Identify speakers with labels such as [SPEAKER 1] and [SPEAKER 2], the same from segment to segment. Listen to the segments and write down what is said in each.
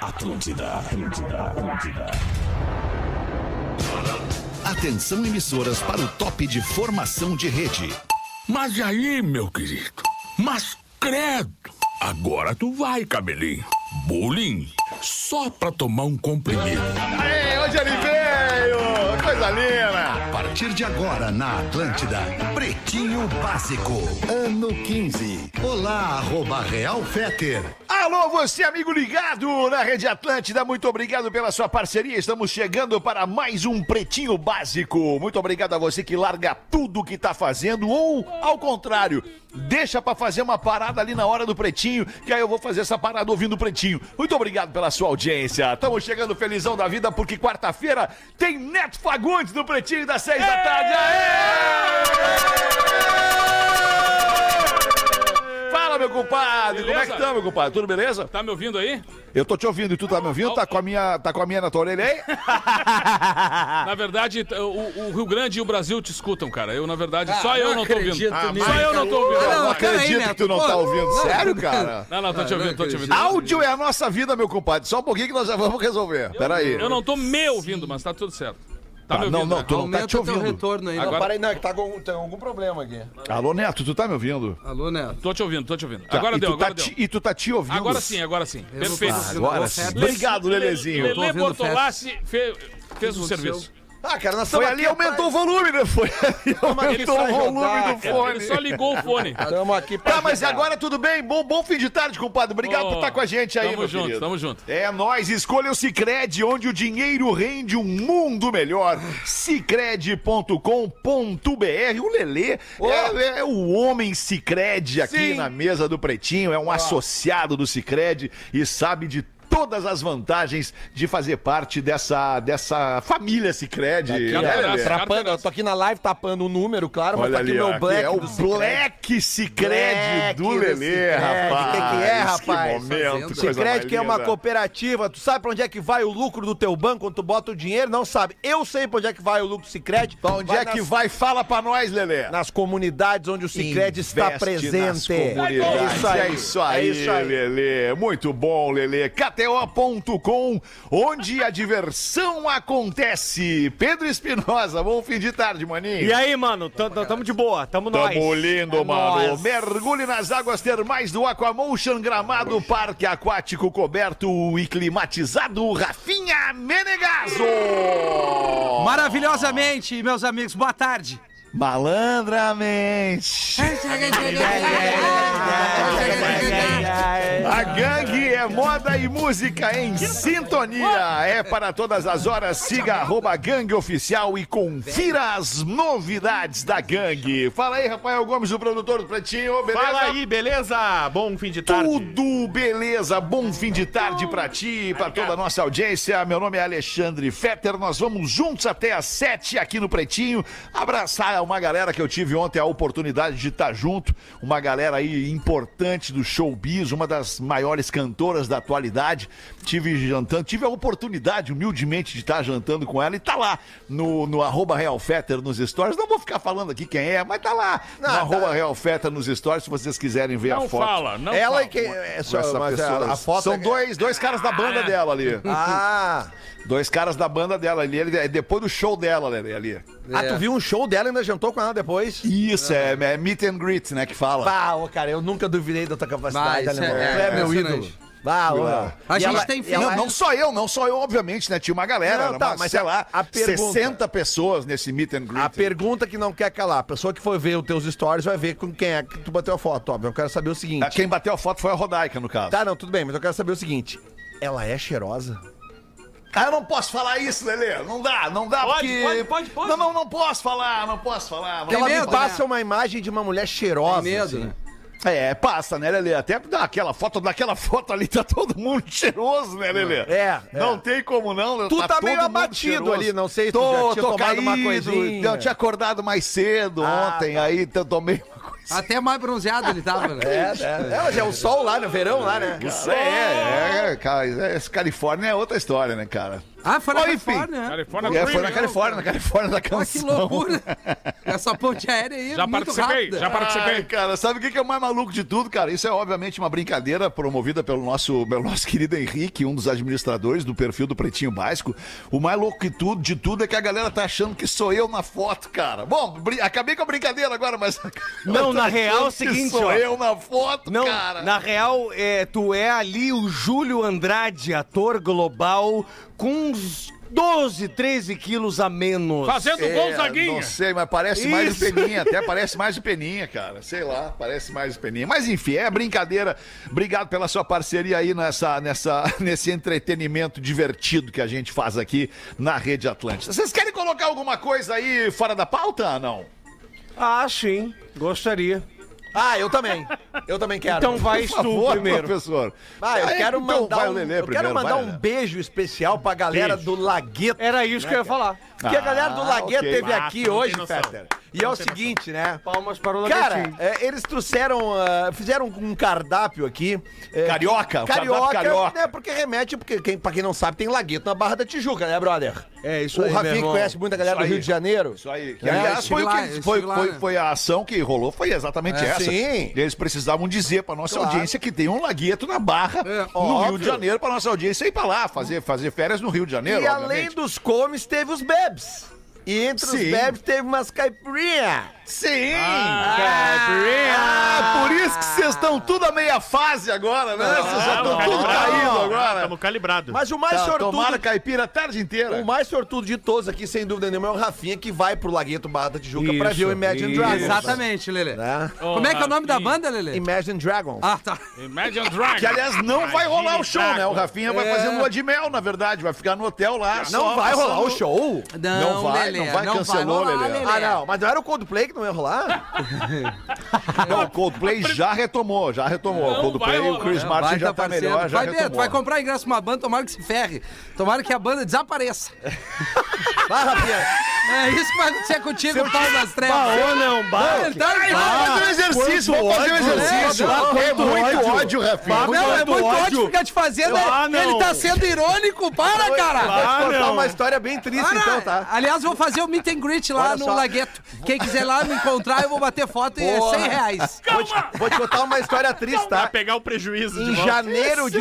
[SPEAKER 1] Atlântida, Atlântida, Atlântida. Atenção emissoras para o top de formação de rede.
[SPEAKER 2] Mas aí, meu querido? Mas credo! Agora tu vai, cabelinho. Bullying só pra tomar um comprimido.
[SPEAKER 3] Aê, hoje ele veio! Coisa linda!
[SPEAKER 1] A partir de agora na Atlântida, Pretinho Básico, ano 15. Olá, arroba Real Feter.
[SPEAKER 3] Alô, você amigo ligado na Rede Atlântida, muito obrigado pela sua parceria. Estamos chegando para mais um Pretinho Básico. Muito obrigado a você que larga tudo que tá fazendo ou, ao contrário, deixa pra fazer uma parada ali na hora do Pretinho, que aí eu vou fazer essa parada ouvindo o Pretinho. Muito obrigado pela sua audiência. Estamos chegando felizão da vida porque quarta-feira tem Neto Fagundes no Pretinho das seis da tarde. Aê! Fala, meu compadre. Como é que
[SPEAKER 4] Beleza?
[SPEAKER 3] estamos, meu compadre? Tudo beleza?
[SPEAKER 4] Tá me ouvindo aí?
[SPEAKER 3] Eu tô te ouvindo e tu tá me ouvindo? Tá com a minha, tá com a minha na tua orelha aí?
[SPEAKER 4] Na verdade, t- o, o Rio Grande e o Brasil te escutam, cara. Eu, na verdade,
[SPEAKER 3] Ah,
[SPEAKER 4] só eu não tô
[SPEAKER 5] acredito
[SPEAKER 4] ouvindo. Ah,
[SPEAKER 5] nisso.
[SPEAKER 4] Só eu não tô ouvindo.
[SPEAKER 5] Ah, não, pera aí,
[SPEAKER 3] acredito que
[SPEAKER 5] Neto,
[SPEAKER 3] tu não
[SPEAKER 5] pô.
[SPEAKER 3] tá ouvindo.
[SPEAKER 5] Não,
[SPEAKER 3] Sério,
[SPEAKER 5] não,
[SPEAKER 3] cara?
[SPEAKER 4] Não, não, tô te
[SPEAKER 5] Ah, não
[SPEAKER 4] ouvindo, tô te ouvindo.
[SPEAKER 5] acredito.
[SPEAKER 3] Áudio é a nossa vida, meu compadre. Só um pouquinho que nós já vamos resolver. Peraí.
[SPEAKER 4] Eu não tô me ouvindo, mas tá tudo certo. Tá,
[SPEAKER 3] Tá,
[SPEAKER 4] me ouvindo?
[SPEAKER 3] não, não,
[SPEAKER 4] né?
[SPEAKER 3] tu não tá
[SPEAKER 5] Aumenta
[SPEAKER 3] te
[SPEAKER 5] o teu
[SPEAKER 3] ouvindo.
[SPEAKER 5] retorno aí.
[SPEAKER 4] Agora-
[SPEAKER 6] Para aí, não, que tá com, tem algum problema aqui.
[SPEAKER 3] Alô, Neto, tu tá me ouvindo?
[SPEAKER 5] Alô, Neto.
[SPEAKER 4] Tô te ouvindo, tô te ouvindo.
[SPEAKER 3] Tá,
[SPEAKER 4] agora
[SPEAKER 3] e
[SPEAKER 4] deu,
[SPEAKER 3] tu
[SPEAKER 4] agora
[SPEAKER 3] tá
[SPEAKER 4] deu.
[SPEAKER 3] te- e tu tá te ouvindo?
[SPEAKER 4] Agora sim, agora sim.
[SPEAKER 5] Eu
[SPEAKER 4] Perfeito.
[SPEAKER 5] não tô-
[SPEAKER 3] Agora sim.
[SPEAKER 5] Fetter.
[SPEAKER 3] Obrigado, Lelezinho.
[SPEAKER 4] Lele
[SPEAKER 5] ouvindo o
[SPEAKER 4] Bortolassi fe- fez o
[SPEAKER 5] aconteceu?
[SPEAKER 4] serviço.
[SPEAKER 6] Ah, cara, nós
[SPEAKER 3] Foi
[SPEAKER 6] estamos
[SPEAKER 3] ali e aumentou o volume, né? Foi ali
[SPEAKER 4] Ele
[SPEAKER 3] aumentou
[SPEAKER 4] só
[SPEAKER 3] o volume
[SPEAKER 6] rodar,
[SPEAKER 3] do
[SPEAKER 6] cara.
[SPEAKER 3] fone.
[SPEAKER 4] É, Ele só ligou o fone.
[SPEAKER 6] Estamos aqui pra.
[SPEAKER 3] Tá, mas
[SPEAKER 6] ajudar.
[SPEAKER 3] agora tudo bem? Bom, bom fim de tarde, compadre. Obrigado
[SPEAKER 4] Ô,
[SPEAKER 3] por estar com a gente aí,
[SPEAKER 4] Tamo
[SPEAKER 3] meu
[SPEAKER 4] junto,
[SPEAKER 3] querido.
[SPEAKER 4] tamo junto.
[SPEAKER 3] É nós, escolha o Cicred, onde o dinheiro rende um mundo melhor. Cicred.com.br. O Lelê é, é o homem Cicred aqui
[SPEAKER 4] Sim.
[SPEAKER 3] na mesa do Pretinho, é um associado do Cicred e sabe de todas as vantagens de fazer parte dessa, dessa família Cicred.
[SPEAKER 6] Aqui,
[SPEAKER 3] né,
[SPEAKER 4] um abraço.
[SPEAKER 6] ó,
[SPEAKER 3] Lelê?
[SPEAKER 6] trapando, eu tô aqui na live tapando o número, claro, mas
[SPEAKER 3] Olha
[SPEAKER 6] tá aqui
[SPEAKER 3] ali, ó,
[SPEAKER 6] meu
[SPEAKER 3] aqui
[SPEAKER 6] black.
[SPEAKER 3] é o
[SPEAKER 6] do-
[SPEAKER 3] Black Cicred do
[SPEAKER 6] Black do
[SPEAKER 3] Lelê,
[SPEAKER 6] Cicred.
[SPEAKER 3] rapaz.
[SPEAKER 6] Que que é,
[SPEAKER 3] Que
[SPEAKER 6] rapaz?
[SPEAKER 3] momento,
[SPEAKER 5] Fazenda.
[SPEAKER 3] coisa mais
[SPEAKER 6] Cicred, que é uma
[SPEAKER 3] linda.
[SPEAKER 6] cooperativa, tu sabe pra onde é que vai o lucro do teu banco quando tu bota o dinheiro? Não sabe. Eu sei pra onde é que vai o lucro do Cicred.
[SPEAKER 3] Pra onde é que
[SPEAKER 6] nas-
[SPEAKER 3] vai? Fala pra nós, Lelê.
[SPEAKER 6] Nas comunidades onde o Cicred está
[SPEAKER 3] Investe nas
[SPEAKER 6] presente.
[SPEAKER 3] comunidades.
[SPEAKER 6] É
[SPEAKER 3] É isso
[SPEAKER 6] isso aí.
[SPEAKER 3] aí,
[SPEAKER 6] É isso aí.
[SPEAKER 3] Lelê. Muito bom, Lelê. KTO.com, onde a diversão acontece. Pedro Espinosa, bom fim de tarde, maninho.
[SPEAKER 7] E aí, mano, t- t- tamo de boa, tamo nós.
[SPEAKER 3] Tamo lindo,
[SPEAKER 7] É
[SPEAKER 3] mano.
[SPEAKER 7] nóis.
[SPEAKER 3] Mergulhe nas águas termais do Aquamotion Gramado, parque aquático coberto e climatizado. Rafinha Menegaso.
[SPEAKER 5] Maravilhosamente, meus amigos, boa tarde.
[SPEAKER 3] Malandramente. A gangue é moda e música em sintonia. É para todas as horas. Siga arroba gangue oficial e confira as novidades da gangue. Fala aí, Rafael Gomes, o produtor do Pretinho. Beleza?
[SPEAKER 7] Fala aí, beleza? Bom fim de tarde.
[SPEAKER 3] Tudo beleza, bom fim de tarde pra ti e pra toda a nossa audiência. Meu nome é Alexandre Fetter, nós vamos juntos até às sete aqui no Pretinho. Abraçar uma galera que eu tive ontem a oportunidade de estar junto, uma galera aí importante do showbiz, uma das maiores cantoras da atualidade. Tive jantando, tive a oportunidade humildemente de estar jantando com ela e tá lá no, no arroba Real Fetter nos stories. Não vou ficar falando aqui quem é, mas tá lá no arroba Real Fetter nos stories se vocês quiserem ver a
[SPEAKER 4] Não
[SPEAKER 3] foto
[SPEAKER 4] fala, não
[SPEAKER 6] Ela
[SPEAKER 4] fala.
[SPEAKER 6] é que. É só,
[SPEAKER 3] essa
[SPEAKER 6] mas
[SPEAKER 3] pessoa.
[SPEAKER 6] a, a foto
[SPEAKER 3] São
[SPEAKER 6] é-
[SPEAKER 3] dois, dois caras da banda dela ali.
[SPEAKER 6] Ah!
[SPEAKER 3] Dois caras da banda dela ali. Ele, é depois do show dela ali. ali.
[SPEAKER 6] Ah, tu viu um show dela e ainda jantou com ela depois?
[SPEAKER 3] Isso, é, é meet and greet, né? Que fala.
[SPEAKER 6] Bah, ô, cara, eu nunca duvidei da tua
[SPEAKER 5] Vai,
[SPEAKER 6] capacidade,
[SPEAKER 5] isso é-
[SPEAKER 6] alemão.
[SPEAKER 5] é,
[SPEAKER 6] Tu é,
[SPEAKER 5] é
[SPEAKER 6] meu
[SPEAKER 5] impressionante.
[SPEAKER 6] ídolo. Bah, ô.
[SPEAKER 3] Ah.
[SPEAKER 5] A
[SPEAKER 6] E
[SPEAKER 5] gente
[SPEAKER 6] ela-
[SPEAKER 5] tem
[SPEAKER 6] e ela- é-
[SPEAKER 3] Não, não só eu, não só eu, obviamente, né? Tinha uma galera,
[SPEAKER 6] Não,
[SPEAKER 3] era
[SPEAKER 6] tá,
[SPEAKER 3] umas,
[SPEAKER 6] mas
[SPEAKER 3] sei
[SPEAKER 6] a-
[SPEAKER 3] lá,
[SPEAKER 6] a pergunta-
[SPEAKER 3] 60 pessoas nesse meet and greet.
[SPEAKER 6] A pergunta que não quer calar. A pessoa que for ver os teus stories vai ver com quem é que tu bateu a foto, óbvio. Eu quero saber o
[SPEAKER 3] Ah,
[SPEAKER 6] seguinte.
[SPEAKER 3] Quem bateu a foto foi a Rodaica, no caso.
[SPEAKER 6] Tá, não, tudo bem, mas eu quero saber o seguinte. Ela é cheirosa?
[SPEAKER 3] Ah, eu não posso falar isso, Lelê. Não dá, não dá,
[SPEAKER 7] Pode,
[SPEAKER 3] porque...
[SPEAKER 7] pode, pode, pode.
[SPEAKER 3] Não, não, não posso falar, não posso falar. Não
[SPEAKER 5] Tem
[SPEAKER 6] Ela
[SPEAKER 3] dá.
[SPEAKER 6] me
[SPEAKER 5] medo,
[SPEAKER 6] passa
[SPEAKER 5] né?
[SPEAKER 6] uma imagem de uma mulher cheirosa.
[SPEAKER 5] medo,
[SPEAKER 6] assim.
[SPEAKER 5] né?
[SPEAKER 3] É, passa, né, Lelê? Até daquela foto, daquela foto ali tá todo mundo cheiroso, né, Lelê?
[SPEAKER 6] É, é.
[SPEAKER 3] Não tem como não.
[SPEAKER 6] Tu tá
[SPEAKER 3] todo
[SPEAKER 6] meio
[SPEAKER 3] mundo
[SPEAKER 6] abatido
[SPEAKER 3] cheiroso.
[SPEAKER 6] ali, não sei se tu
[SPEAKER 3] tô,
[SPEAKER 6] já tinha
[SPEAKER 3] tô
[SPEAKER 6] tomado
[SPEAKER 3] caído,
[SPEAKER 6] uma coisinha. Ah, tá.
[SPEAKER 3] Eu tinha acordado mais cedo ontem, aí eu tomei uma coisinha.
[SPEAKER 5] Até mais bronzeado ele tava, né?
[SPEAKER 6] É, é. Ela já é o sol lá no verão, lá, né? é,
[SPEAKER 3] Isso é, é, cara, esse Califórnia é outra história, né, cara?
[SPEAKER 5] Ah, foi na
[SPEAKER 3] Ó, enfim.
[SPEAKER 5] Califórnia. né?
[SPEAKER 4] Califórnia
[SPEAKER 3] É, foi na
[SPEAKER 4] Premium.
[SPEAKER 3] Califórnia, na Califórnia da
[SPEAKER 5] Olha que
[SPEAKER 3] canção.
[SPEAKER 5] loucura. Essa ponte aérea aí é
[SPEAKER 4] Já
[SPEAKER 5] muito
[SPEAKER 4] participei,
[SPEAKER 5] rápida.
[SPEAKER 4] já
[SPEAKER 3] Ai,
[SPEAKER 4] participei.
[SPEAKER 3] cara, sabe o que que é o mais maluco de tudo, cara? Isso é obviamente uma brincadeira promovida pelo nosso, pelo nosso querido Henrique, um dos administradores do perfil do Pretinho Básico. O mais louco de tudo, de tudo é que a galera tá achando que sou eu na foto, cara. Bom, brin- acabei com a brincadeira agora, mas.
[SPEAKER 6] Não, na
[SPEAKER 3] Tá
[SPEAKER 6] real, é o
[SPEAKER 3] achando que
[SPEAKER 6] seguinte,
[SPEAKER 3] Sou
[SPEAKER 6] ó.
[SPEAKER 3] eu na foto,
[SPEAKER 6] Não,
[SPEAKER 3] cara.
[SPEAKER 6] na real, é, tu é ali o Júlio Andrade, ator global, com uns 12, 13 quilos a menos.
[SPEAKER 4] Fazendo
[SPEAKER 3] É,
[SPEAKER 4] Gonzaguinha.
[SPEAKER 3] Não sei, mas parece mais o
[SPEAKER 6] Isso.
[SPEAKER 3] Peninha, até parece mais o Peninha, cara. Sei lá, parece mais o Peninha. Mas enfim, é brincadeira. Obrigado pela sua parceria aí nessa, nessa, nesse entretenimento divertido que a gente faz aqui na Rede Atlântica. Vocês querem colocar alguma coisa aí fora da pauta? Não.
[SPEAKER 6] Ah, sim. Gostaria.
[SPEAKER 8] Ah, eu também. Eu também quero.
[SPEAKER 6] Então vai
[SPEAKER 3] Por
[SPEAKER 6] tu
[SPEAKER 3] favor,
[SPEAKER 6] primeiro.
[SPEAKER 3] professor.
[SPEAKER 8] Ah, eu
[SPEAKER 3] Aí,
[SPEAKER 8] quero
[SPEAKER 3] então,
[SPEAKER 8] mandar,
[SPEAKER 3] vai o
[SPEAKER 8] um,
[SPEAKER 3] Lelê
[SPEAKER 8] eu
[SPEAKER 3] primeiro,
[SPEAKER 8] quero mandar
[SPEAKER 3] vai,
[SPEAKER 8] um
[SPEAKER 3] Lelê.
[SPEAKER 8] beijo especial pra galera do Lagueto.
[SPEAKER 6] Era isso que eu ia falar.
[SPEAKER 8] Porque a galera do
[SPEAKER 3] Ah,
[SPEAKER 8] Lagueto
[SPEAKER 3] ok.
[SPEAKER 8] teve
[SPEAKER 7] Ah,
[SPEAKER 8] aqui
[SPEAKER 7] tu não
[SPEAKER 8] hoje,
[SPEAKER 7] tem noção.
[SPEAKER 8] Peter. E é o seguinte, né?
[SPEAKER 6] Palmas para o
[SPEAKER 8] Cara,
[SPEAKER 6] Lagartinho.
[SPEAKER 8] é, eles trouxeram, ah, fizeram um cardápio aqui. é,
[SPEAKER 3] Carioca, o
[SPEAKER 8] carioca,
[SPEAKER 3] cardápio carioca.
[SPEAKER 8] né? Porque remete, porque quem, pra quem não sabe, tem Lagueto na Barra da Tijuca, né, brother?
[SPEAKER 6] É, isso aí,
[SPEAKER 8] O
[SPEAKER 6] meu
[SPEAKER 8] Rafinha que
[SPEAKER 6] irmão.
[SPEAKER 8] conhece muita galera
[SPEAKER 3] Isso
[SPEAKER 8] do
[SPEAKER 3] aí.
[SPEAKER 8] Rio de Janeiro.
[SPEAKER 3] Isso aí. Que,
[SPEAKER 8] É,
[SPEAKER 3] aliás,
[SPEAKER 5] estive
[SPEAKER 3] foi, o
[SPEAKER 5] lá,
[SPEAKER 3] que-
[SPEAKER 5] eu
[SPEAKER 3] foi,
[SPEAKER 5] estive lá,
[SPEAKER 3] foi-
[SPEAKER 5] né?
[SPEAKER 3] foi a ação que rolou, foi exatamente
[SPEAKER 8] É,
[SPEAKER 3] essa.
[SPEAKER 8] sim.
[SPEAKER 3] Eles precisavam dizer pra nossa
[SPEAKER 8] Claro. É,
[SPEAKER 3] audiência que tem um lagueto na Barra no Rio
[SPEAKER 8] óbvio.
[SPEAKER 3] de Janeiro pra nossa audiência ir pra lá, fazer, fazer férias no Rio de Janeiro,
[SPEAKER 8] E além
[SPEAKER 3] obviamente.
[SPEAKER 8] dos comes, teve os bebes. E entre os
[SPEAKER 3] Sim.
[SPEAKER 8] bebes teve umas caipirinha.
[SPEAKER 3] Sim! Ah, por isso que vocês estão tudo a meia fase agora, né? Vocês já estão tudo caindo agora.
[SPEAKER 7] Estamos calibrados.
[SPEAKER 8] Mas o mais
[SPEAKER 3] Tá,
[SPEAKER 8] sortudo
[SPEAKER 3] Tomaram caipira a tarde inteira.
[SPEAKER 8] O mais sortudo de todos aqui, sem dúvida nenhuma, é o Rafinha, que vai pro Lagueto Barra da Tijuca pra
[SPEAKER 6] Isso,
[SPEAKER 8] ver o Imagine
[SPEAKER 6] isso.
[SPEAKER 8] Dragons.
[SPEAKER 5] Exatamente, Lelê.
[SPEAKER 8] Né?
[SPEAKER 5] Como é que é o nome da
[SPEAKER 4] Rafinha.
[SPEAKER 5] banda, Lelê?
[SPEAKER 8] Imagine Dragons.
[SPEAKER 5] Ah, tá.
[SPEAKER 4] Imagine Dragon.
[SPEAKER 3] Que, aliás, não vai rolar o show,
[SPEAKER 7] Imagine,
[SPEAKER 3] né? O Rafinha vai fazer lua de mel, na verdade. Vai ficar no hotel lá.
[SPEAKER 8] É.
[SPEAKER 6] Ah,
[SPEAKER 8] não vai rolar o
[SPEAKER 3] show.
[SPEAKER 8] show?
[SPEAKER 3] Não vai, não vai, cancelou,
[SPEAKER 5] rolar,
[SPEAKER 3] Lelê.
[SPEAKER 6] é.
[SPEAKER 8] Ah, não. Mas não era o Coldplay que não ia rolar?
[SPEAKER 3] Não, o Coldplay já retomou, já retomou.
[SPEAKER 4] Não
[SPEAKER 3] o Coldplay,
[SPEAKER 4] vai
[SPEAKER 3] o Chris
[SPEAKER 4] rolar.
[SPEAKER 3] Martin
[SPEAKER 5] Vai
[SPEAKER 3] já
[SPEAKER 5] tá
[SPEAKER 3] tá
[SPEAKER 5] parceiro.
[SPEAKER 3] melhor, já
[SPEAKER 5] vai ver, tu
[SPEAKER 3] retomou.
[SPEAKER 5] vai comprar ingresso pra uma banda, tomara que se ferre. Tomara que a banda desapareça.
[SPEAKER 8] Vai, Ah, Rafinha.
[SPEAKER 5] É isso que vai acontecer contigo, Paulo das
[SPEAKER 6] Ah,
[SPEAKER 5] Trevas.
[SPEAKER 6] ou
[SPEAKER 3] é um
[SPEAKER 6] não, bah.
[SPEAKER 5] Ele tá-
[SPEAKER 3] Vamos fazer um exercício, vamos fazer um exercício.
[SPEAKER 6] ódio,
[SPEAKER 3] É
[SPEAKER 6] quanto
[SPEAKER 3] muito
[SPEAKER 6] ódio.
[SPEAKER 3] ódio, Rafinha.
[SPEAKER 6] Bah,
[SPEAKER 5] Não, é
[SPEAKER 6] Quanto
[SPEAKER 5] muito
[SPEAKER 6] ódio.
[SPEAKER 5] ódio ficar te fazendo.
[SPEAKER 6] Ah,
[SPEAKER 5] ele- ele
[SPEAKER 6] não.
[SPEAKER 5] tá sendo irônico. Para, cara.
[SPEAKER 6] Ah,
[SPEAKER 8] Vou te contar
[SPEAKER 6] não.
[SPEAKER 8] uma história bem triste,
[SPEAKER 5] Para.
[SPEAKER 8] então, tá?
[SPEAKER 5] Aliás, vou fazer o meet and greet lá
[SPEAKER 8] Olha
[SPEAKER 5] no
[SPEAKER 8] só.
[SPEAKER 5] Lagueto. Quem quiser lá me encontrar, eu vou bater foto e é
[SPEAKER 8] Boa.
[SPEAKER 5] 100 reais.
[SPEAKER 8] Vou te, vou te contar uma história triste,
[SPEAKER 7] Vai
[SPEAKER 8] tá?
[SPEAKER 7] pegar o prejuízo de
[SPEAKER 8] Em
[SPEAKER 7] volta.
[SPEAKER 8] janeiro de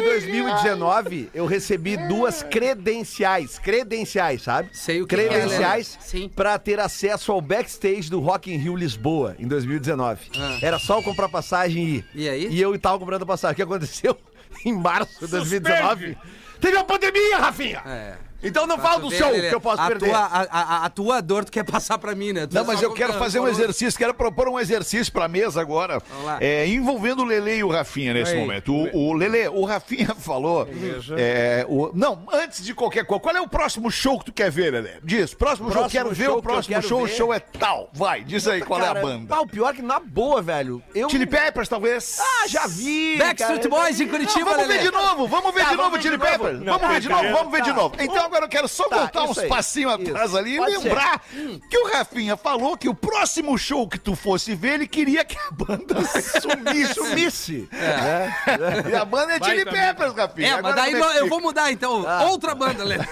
[SPEAKER 8] 2019, eu recebi duas credenciais. Credenciais, sabe?
[SPEAKER 5] Sei o que
[SPEAKER 8] credenciais
[SPEAKER 5] que é, né? Sim.
[SPEAKER 8] pra ter acesso ao backstage do Rock in Rio Lisboa em 2019. Era só eu comprar passagem e ir.
[SPEAKER 5] Ah. E aí?
[SPEAKER 8] E eu tava comprando passagem. O que aconteceu? Em março
[SPEAKER 3] é
[SPEAKER 8] de 2019, teve a pandemia, Rafinha!
[SPEAKER 5] É.
[SPEAKER 8] Então
[SPEAKER 3] Tá
[SPEAKER 8] não fala do
[SPEAKER 5] Bem,
[SPEAKER 8] show
[SPEAKER 5] Lelê,
[SPEAKER 8] que eu posso
[SPEAKER 5] a
[SPEAKER 8] perder.
[SPEAKER 5] Tua, a, a- a tua dor tu quer passar pra mim, né? Tu
[SPEAKER 3] Não,
[SPEAKER 5] só
[SPEAKER 3] mas eu quero
[SPEAKER 5] conta-
[SPEAKER 3] fazer um
[SPEAKER 5] falou-
[SPEAKER 3] exercício, quero propor um exercício pra mesa agora,
[SPEAKER 5] lá.
[SPEAKER 3] é, envolvendo o Lele e o Rafinha nesse momento. O, o Lele, o Rafinha falou. é, o- não, antes de qualquer coisa, qual é o próximo show que tu quer ver, Lele? Diz, próximo, show,
[SPEAKER 8] Próximo
[SPEAKER 3] quero ver
[SPEAKER 8] show
[SPEAKER 3] o
[SPEAKER 8] que eu
[SPEAKER 3] próximo
[SPEAKER 8] quero
[SPEAKER 3] show, o
[SPEAKER 8] ver.
[SPEAKER 3] show é tal. Vai, diz aí qual é
[SPEAKER 8] Cara,
[SPEAKER 3] a banda.
[SPEAKER 8] pá, o pior é que na boa, velho. Eu
[SPEAKER 3] Chili Peppers, talvez.
[SPEAKER 8] Ah, já vi!
[SPEAKER 5] Backstreet
[SPEAKER 8] cara.
[SPEAKER 5] Boys em
[SPEAKER 3] Não,
[SPEAKER 5] Curitiba,
[SPEAKER 3] vamos ver
[SPEAKER 5] Lelê.
[SPEAKER 3] de novo, vamos ver
[SPEAKER 8] Tá,
[SPEAKER 3] de
[SPEAKER 8] vamos
[SPEAKER 3] novo
[SPEAKER 8] ver
[SPEAKER 3] Chili
[SPEAKER 8] de novo.
[SPEAKER 3] Peppers.
[SPEAKER 7] Não,
[SPEAKER 3] vamos ver de novo,
[SPEAKER 7] cara,
[SPEAKER 3] vamos ver de
[SPEAKER 8] tá.
[SPEAKER 3] novo. Então agora eu quero só
[SPEAKER 8] Tá,
[SPEAKER 3] voltar
[SPEAKER 8] isso
[SPEAKER 3] uns
[SPEAKER 8] aí.
[SPEAKER 3] passinhos atrás
[SPEAKER 8] Isso.
[SPEAKER 3] ali e
[SPEAKER 8] Pode ser.
[SPEAKER 3] lembrar que o Rafinha falou que o próximo show que tu fosse ver, ele queria que a banda sumisse.
[SPEAKER 8] Sumisse.
[SPEAKER 3] E a banda é
[SPEAKER 4] Vai
[SPEAKER 3] Chili
[SPEAKER 4] também.
[SPEAKER 3] Peppers, Rafinha.
[SPEAKER 5] É,
[SPEAKER 3] Agora
[SPEAKER 5] mas daí
[SPEAKER 3] como é
[SPEAKER 5] não-
[SPEAKER 3] que
[SPEAKER 5] eu
[SPEAKER 3] fica?
[SPEAKER 5] vou mudar então. Outra banda, Lelê.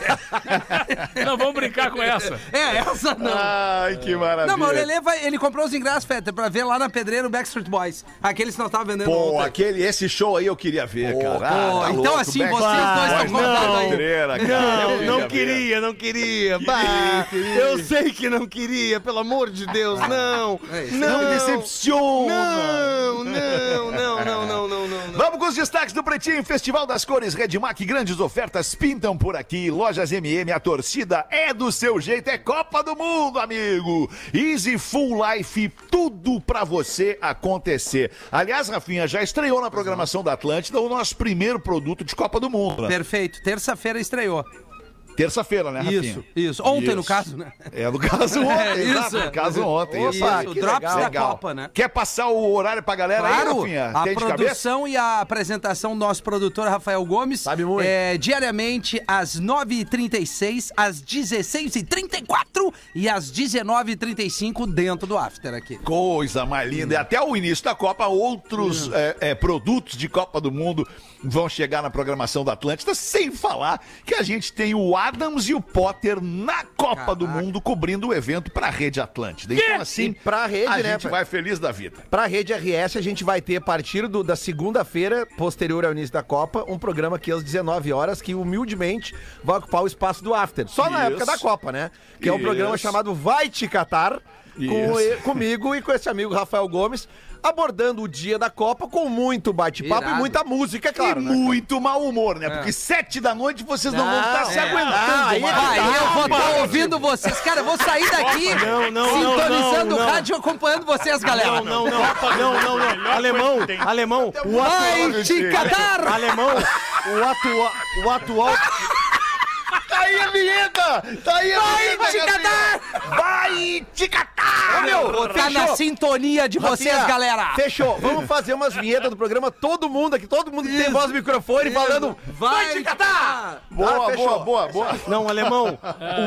[SPEAKER 4] Não, vamos brincar com essa.
[SPEAKER 5] É, essa não.
[SPEAKER 3] Ah, Ai, que maravilha.
[SPEAKER 5] Não, mas o Lelê vai, ele comprou os ingressos, Peter, pra ver lá na pedreira o Backstreet Boys. Aqueles que não tava vendendo
[SPEAKER 3] Pô,
[SPEAKER 5] ontem.
[SPEAKER 3] aquele, esse show aí eu queria ver, cara. Tá
[SPEAKER 5] pô, então assim, vocês dois estão contados aí.
[SPEAKER 3] Não,
[SPEAKER 6] Não queria, não queria. bah. Eu sei que não queria, pelo amor de Deus, não.
[SPEAKER 5] É isso.
[SPEAKER 3] Não me decepciona.
[SPEAKER 6] Não, não, não, não, não, não, não. não.
[SPEAKER 3] Vamos com os destaques do Pretinho. Festival das Cores, Redmac, grandes ofertas pintam por aqui. Lojas MM, a torcida é do seu jeito, é Copa do Mundo, amigo. Easy Full Life, tudo pra você acontecer. Aliás, Rafinha, já estreou na programação da Atlântida o nosso primeiro produto de Copa do Mundo. né?
[SPEAKER 5] Perfeito. Terça-feira estreou.
[SPEAKER 3] Terça-feira, né, Rafinha?
[SPEAKER 5] Isso, isso. Ontem,
[SPEAKER 3] Isso.
[SPEAKER 5] no caso, né?
[SPEAKER 3] É, no caso ontem,
[SPEAKER 5] É,
[SPEAKER 3] exato,
[SPEAKER 5] isso.
[SPEAKER 3] no caso ontem.
[SPEAKER 5] Opa,
[SPEAKER 3] isso aí.
[SPEAKER 5] que
[SPEAKER 3] Que
[SPEAKER 5] drops
[SPEAKER 3] legal.
[SPEAKER 5] da
[SPEAKER 3] Legal.
[SPEAKER 5] Copa, né?
[SPEAKER 3] Quer passar o horário pra galera aí,
[SPEAKER 5] Claro,
[SPEAKER 3] Rafinha?
[SPEAKER 5] a
[SPEAKER 3] Tem de cabeça?
[SPEAKER 5] produção e a apresentação do nosso produtor Rafael Gomes.
[SPEAKER 8] Sabe muito.
[SPEAKER 5] É, diariamente às 9h36, às 16h34 e às 19h35 dentro do After aqui.
[SPEAKER 3] Coisa mais
[SPEAKER 8] Hum.
[SPEAKER 3] linda. E até o início da Copa, outros eh, eh, produtos de Copa do Mundo vão chegar na programação da Atlântida, sem falar que a gente tem o Adams e o Potter na Copa do Mundo cobrindo o evento para a Rede Atlântida. Então, assim,
[SPEAKER 8] E pra rede,
[SPEAKER 3] a
[SPEAKER 8] né,
[SPEAKER 3] gente
[SPEAKER 8] pai?
[SPEAKER 3] vai feliz da vida.
[SPEAKER 8] Pra Rede RS, a gente vai ter, a partir do- da segunda-feira, posterior ao início da Copa, um programa aqui às 19 horas, que humildemente vai ocupar o espaço do After. Só na
[SPEAKER 3] Isso.
[SPEAKER 8] época da Copa, né? Que é um
[SPEAKER 3] Isso.
[SPEAKER 8] programa chamado Vai Te Catar, com,
[SPEAKER 3] Isso.
[SPEAKER 8] e- comigo e com esse amigo Rafael Gomes, abordando o dia da Copa com muito bate-papo e
[SPEAKER 5] Irado.
[SPEAKER 8] muita música,
[SPEAKER 3] e
[SPEAKER 8] claro. né?
[SPEAKER 3] muito mau humor, né? Porque sete da noite vocês não, vão estar se
[SPEAKER 8] é.
[SPEAKER 3] aguentando.
[SPEAKER 8] Ah, aí é
[SPEAKER 3] mais.
[SPEAKER 8] que
[SPEAKER 5] Aí eu vou estar
[SPEAKER 3] Para.
[SPEAKER 5] ouvindo vocês, cara. Eu vou sair daqui
[SPEAKER 6] Não, não, não,
[SPEAKER 5] sintonizando
[SPEAKER 6] não,
[SPEAKER 5] o
[SPEAKER 6] não.
[SPEAKER 5] rádio e acompanhando vocês, galera.
[SPEAKER 6] Não, não, não, não, não, não. Alemão, alemão, o atual...
[SPEAKER 5] Vai te catar!
[SPEAKER 6] Alemão, o atual... O atual...
[SPEAKER 3] Tá aí a vinheta! Tá aí a vinheta!
[SPEAKER 5] Vai te
[SPEAKER 3] Gabriel!
[SPEAKER 5] catar!
[SPEAKER 3] Vai te catar!
[SPEAKER 8] Meu,
[SPEAKER 5] Tá na sintonia de vocês,
[SPEAKER 8] Rafinha,
[SPEAKER 5] galera.
[SPEAKER 8] assim, Fechou. Vamos fazer umas vinhetas do programa, todo mundo aqui, todo mundo que tem voz no microfone falando.
[SPEAKER 5] Vai te catar!
[SPEAKER 3] Boa,
[SPEAKER 8] Ah, fechou.
[SPEAKER 3] boa, boa, boa.
[SPEAKER 6] Não, alemão,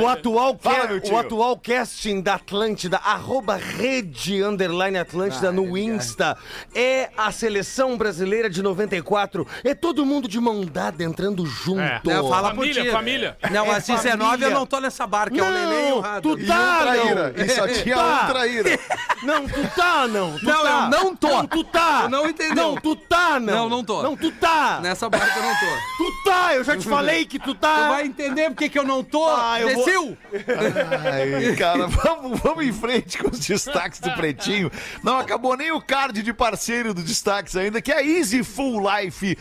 [SPEAKER 6] o atual,
[SPEAKER 3] Fala,
[SPEAKER 6] ca-
[SPEAKER 3] meu tio.
[SPEAKER 6] o atual casting da Atlântida, arroba rede underline Atlântida no Insta, é a seleção brasileira de 94. É todo mundo de mão dada entrando junto.
[SPEAKER 7] É.
[SPEAKER 5] Não, Né, fala por
[SPEAKER 4] Família,
[SPEAKER 5] ti.
[SPEAKER 4] família.
[SPEAKER 5] Não, assim,
[SPEAKER 6] É
[SPEAKER 5] às 19
[SPEAKER 6] família.
[SPEAKER 5] eu não tô nessa barca, é o
[SPEAKER 6] Não,
[SPEAKER 5] Lele e o Rado.
[SPEAKER 6] tu
[SPEAKER 3] E um
[SPEAKER 6] Tá,
[SPEAKER 3] traíra.
[SPEAKER 6] não.
[SPEAKER 3] E só tinha
[SPEAKER 6] Tá.
[SPEAKER 3] um traíra.
[SPEAKER 6] Não, tu tá,
[SPEAKER 3] é um
[SPEAKER 6] não. Tu
[SPEAKER 5] Não,
[SPEAKER 6] tá.
[SPEAKER 5] eu não tô.
[SPEAKER 6] Não, tu tá.
[SPEAKER 5] Tu não entendeu.
[SPEAKER 6] Não, tu tá, não.
[SPEAKER 5] Não, não tô.
[SPEAKER 6] Não, tu tá.
[SPEAKER 5] Nessa barca eu não tô. Tu
[SPEAKER 6] Tu tá, eu já te falei que tu tá.
[SPEAKER 5] vai entender por que que eu não tô,
[SPEAKER 6] Ah, eu vou-
[SPEAKER 5] imbecil?
[SPEAKER 3] Ai, cara, vamos, vamos em frente com os destaques do Pretinho. Não acabou nem o card de parceiro do destaques ainda, que é Easy Full Life.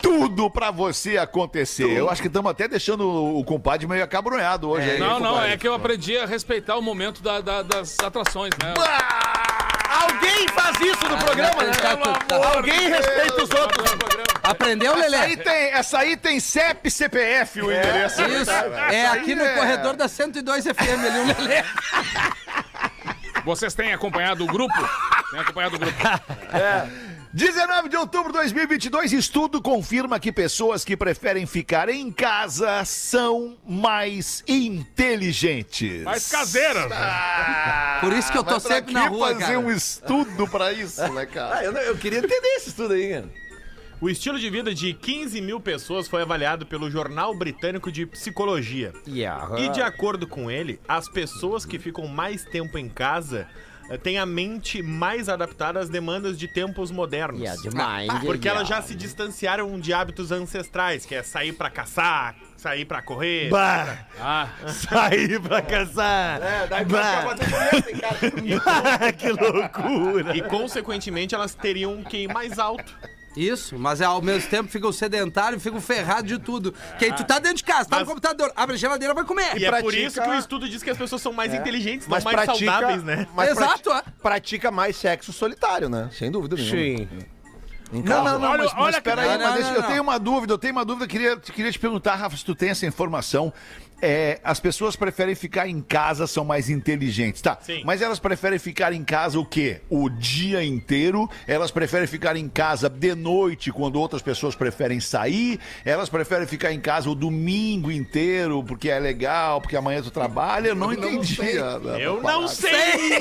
[SPEAKER 3] Tudo pra você acontecer. Eu acho que estamos até deixando o compadre meio acabrunhado hoje. aí,
[SPEAKER 4] Não, não,
[SPEAKER 3] compadre?
[SPEAKER 4] é que eu aprendi a respeitar o momento da- da- das atrações, né?
[SPEAKER 3] Ah!
[SPEAKER 6] Alguém faz isso no programa, né?
[SPEAKER 5] Tá, tá, tá.
[SPEAKER 6] Alguém respeita os outros.
[SPEAKER 5] Aprendeu,
[SPEAKER 3] Essa aí
[SPEAKER 5] Lele?
[SPEAKER 3] tem, essa aí tem CEP CPF o endereço.
[SPEAKER 6] tá,
[SPEAKER 5] Isso,
[SPEAKER 3] Essa
[SPEAKER 5] é aqui
[SPEAKER 3] aí
[SPEAKER 5] no
[SPEAKER 3] é-
[SPEAKER 5] corredor da 102 FM ali, o Lelê.
[SPEAKER 4] Vocês têm acompanhado o grupo? Têm acompanhado o grupo.
[SPEAKER 3] 19 de outubro de 2022, estudo confirma que pessoas que preferem ficar em casa são mais inteligentes.
[SPEAKER 4] Mais caseiras.
[SPEAKER 3] Ah,
[SPEAKER 5] Por isso que eu tô
[SPEAKER 3] mas pra
[SPEAKER 5] sempre na rua,
[SPEAKER 3] fazer
[SPEAKER 5] cara.
[SPEAKER 3] um estudo pra isso, né, cara?
[SPEAKER 8] Ah, eu, não- eu queria entender esse estudo aí, cara.
[SPEAKER 7] O estilo de vida de 15 mil pessoas foi avaliado pelo Jornal Britânico de Psicologia. E de acordo com ele, as pessoas que ficam mais tempo em casa eh, têm a mente mais adaptada às demandas de tempos modernos. Porque elas já se distanciaram de hábitos ancestrais, que é sair pra caçar, sair pra correr.
[SPEAKER 6] Bah,
[SPEAKER 4] Ah,
[SPEAKER 6] saí pra casar. É, daí bah, que loucura.
[SPEAKER 7] E, consequentemente, elas teriam um QI mais alto.
[SPEAKER 5] Isso, mas é, ao mesmo tempo fica o sedentário, fica o ferrado de tudo. Porque aí tu tá dentro de casa, tá no computador, abre a geladeira, vai comer.
[SPEAKER 7] E, é por
[SPEAKER 8] pratica- É.
[SPEAKER 7] isso que o estudo diz que as pessoas são mais inteligentes, não
[SPEAKER 8] Mas
[SPEAKER 7] mais
[SPEAKER 8] pratica,
[SPEAKER 7] saudáveis, né?
[SPEAKER 8] mas
[SPEAKER 5] Exato,
[SPEAKER 8] prati- pratica mais sexo solitário, né? Sem dúvida nenhuma.
[SPEAKER 3] Não, não, não,
[SPEAKER 4] Olha-
[SPEAKER 3] mas, mas
[SPEAKER 4] olha que-
[SPEAKER 3] peraí,
[SPEAKER 5] Não,
[SPEAKER 3] mas
[SPEAKER 5] não,
[SPEAKER 3] deixa-
[SPEAKER 5] não,
[SPEAKER 3] eu
[SPEAKER 5] não.
[SPEAKER 3] tenho uma dúvida, eu tenho uma dúvida, queria, queria te perguntar, Rafa, se tu tem essa informação. É, as pessoas preferem ficar em casa, são mais inteligentes, tá?
[SPEAKER 7] Sim.
[SPEAKER 3] Mas elas preferem ficar em casa o quê? O dia inteiro? Elas preferem ficar em casa de noite, quando outras pessoas preferem sair? Elas preferem ficar em casa o domingo inteiro, porque é legal, porque amanhã tu trabalha? Eu não, entendi. a- a-
[SPEAKER 7] Eu
[SPEAKER 3] a
[SPEAKER 7] não
[SPEAKER 3] parada.
[SPEAKER 7] sei!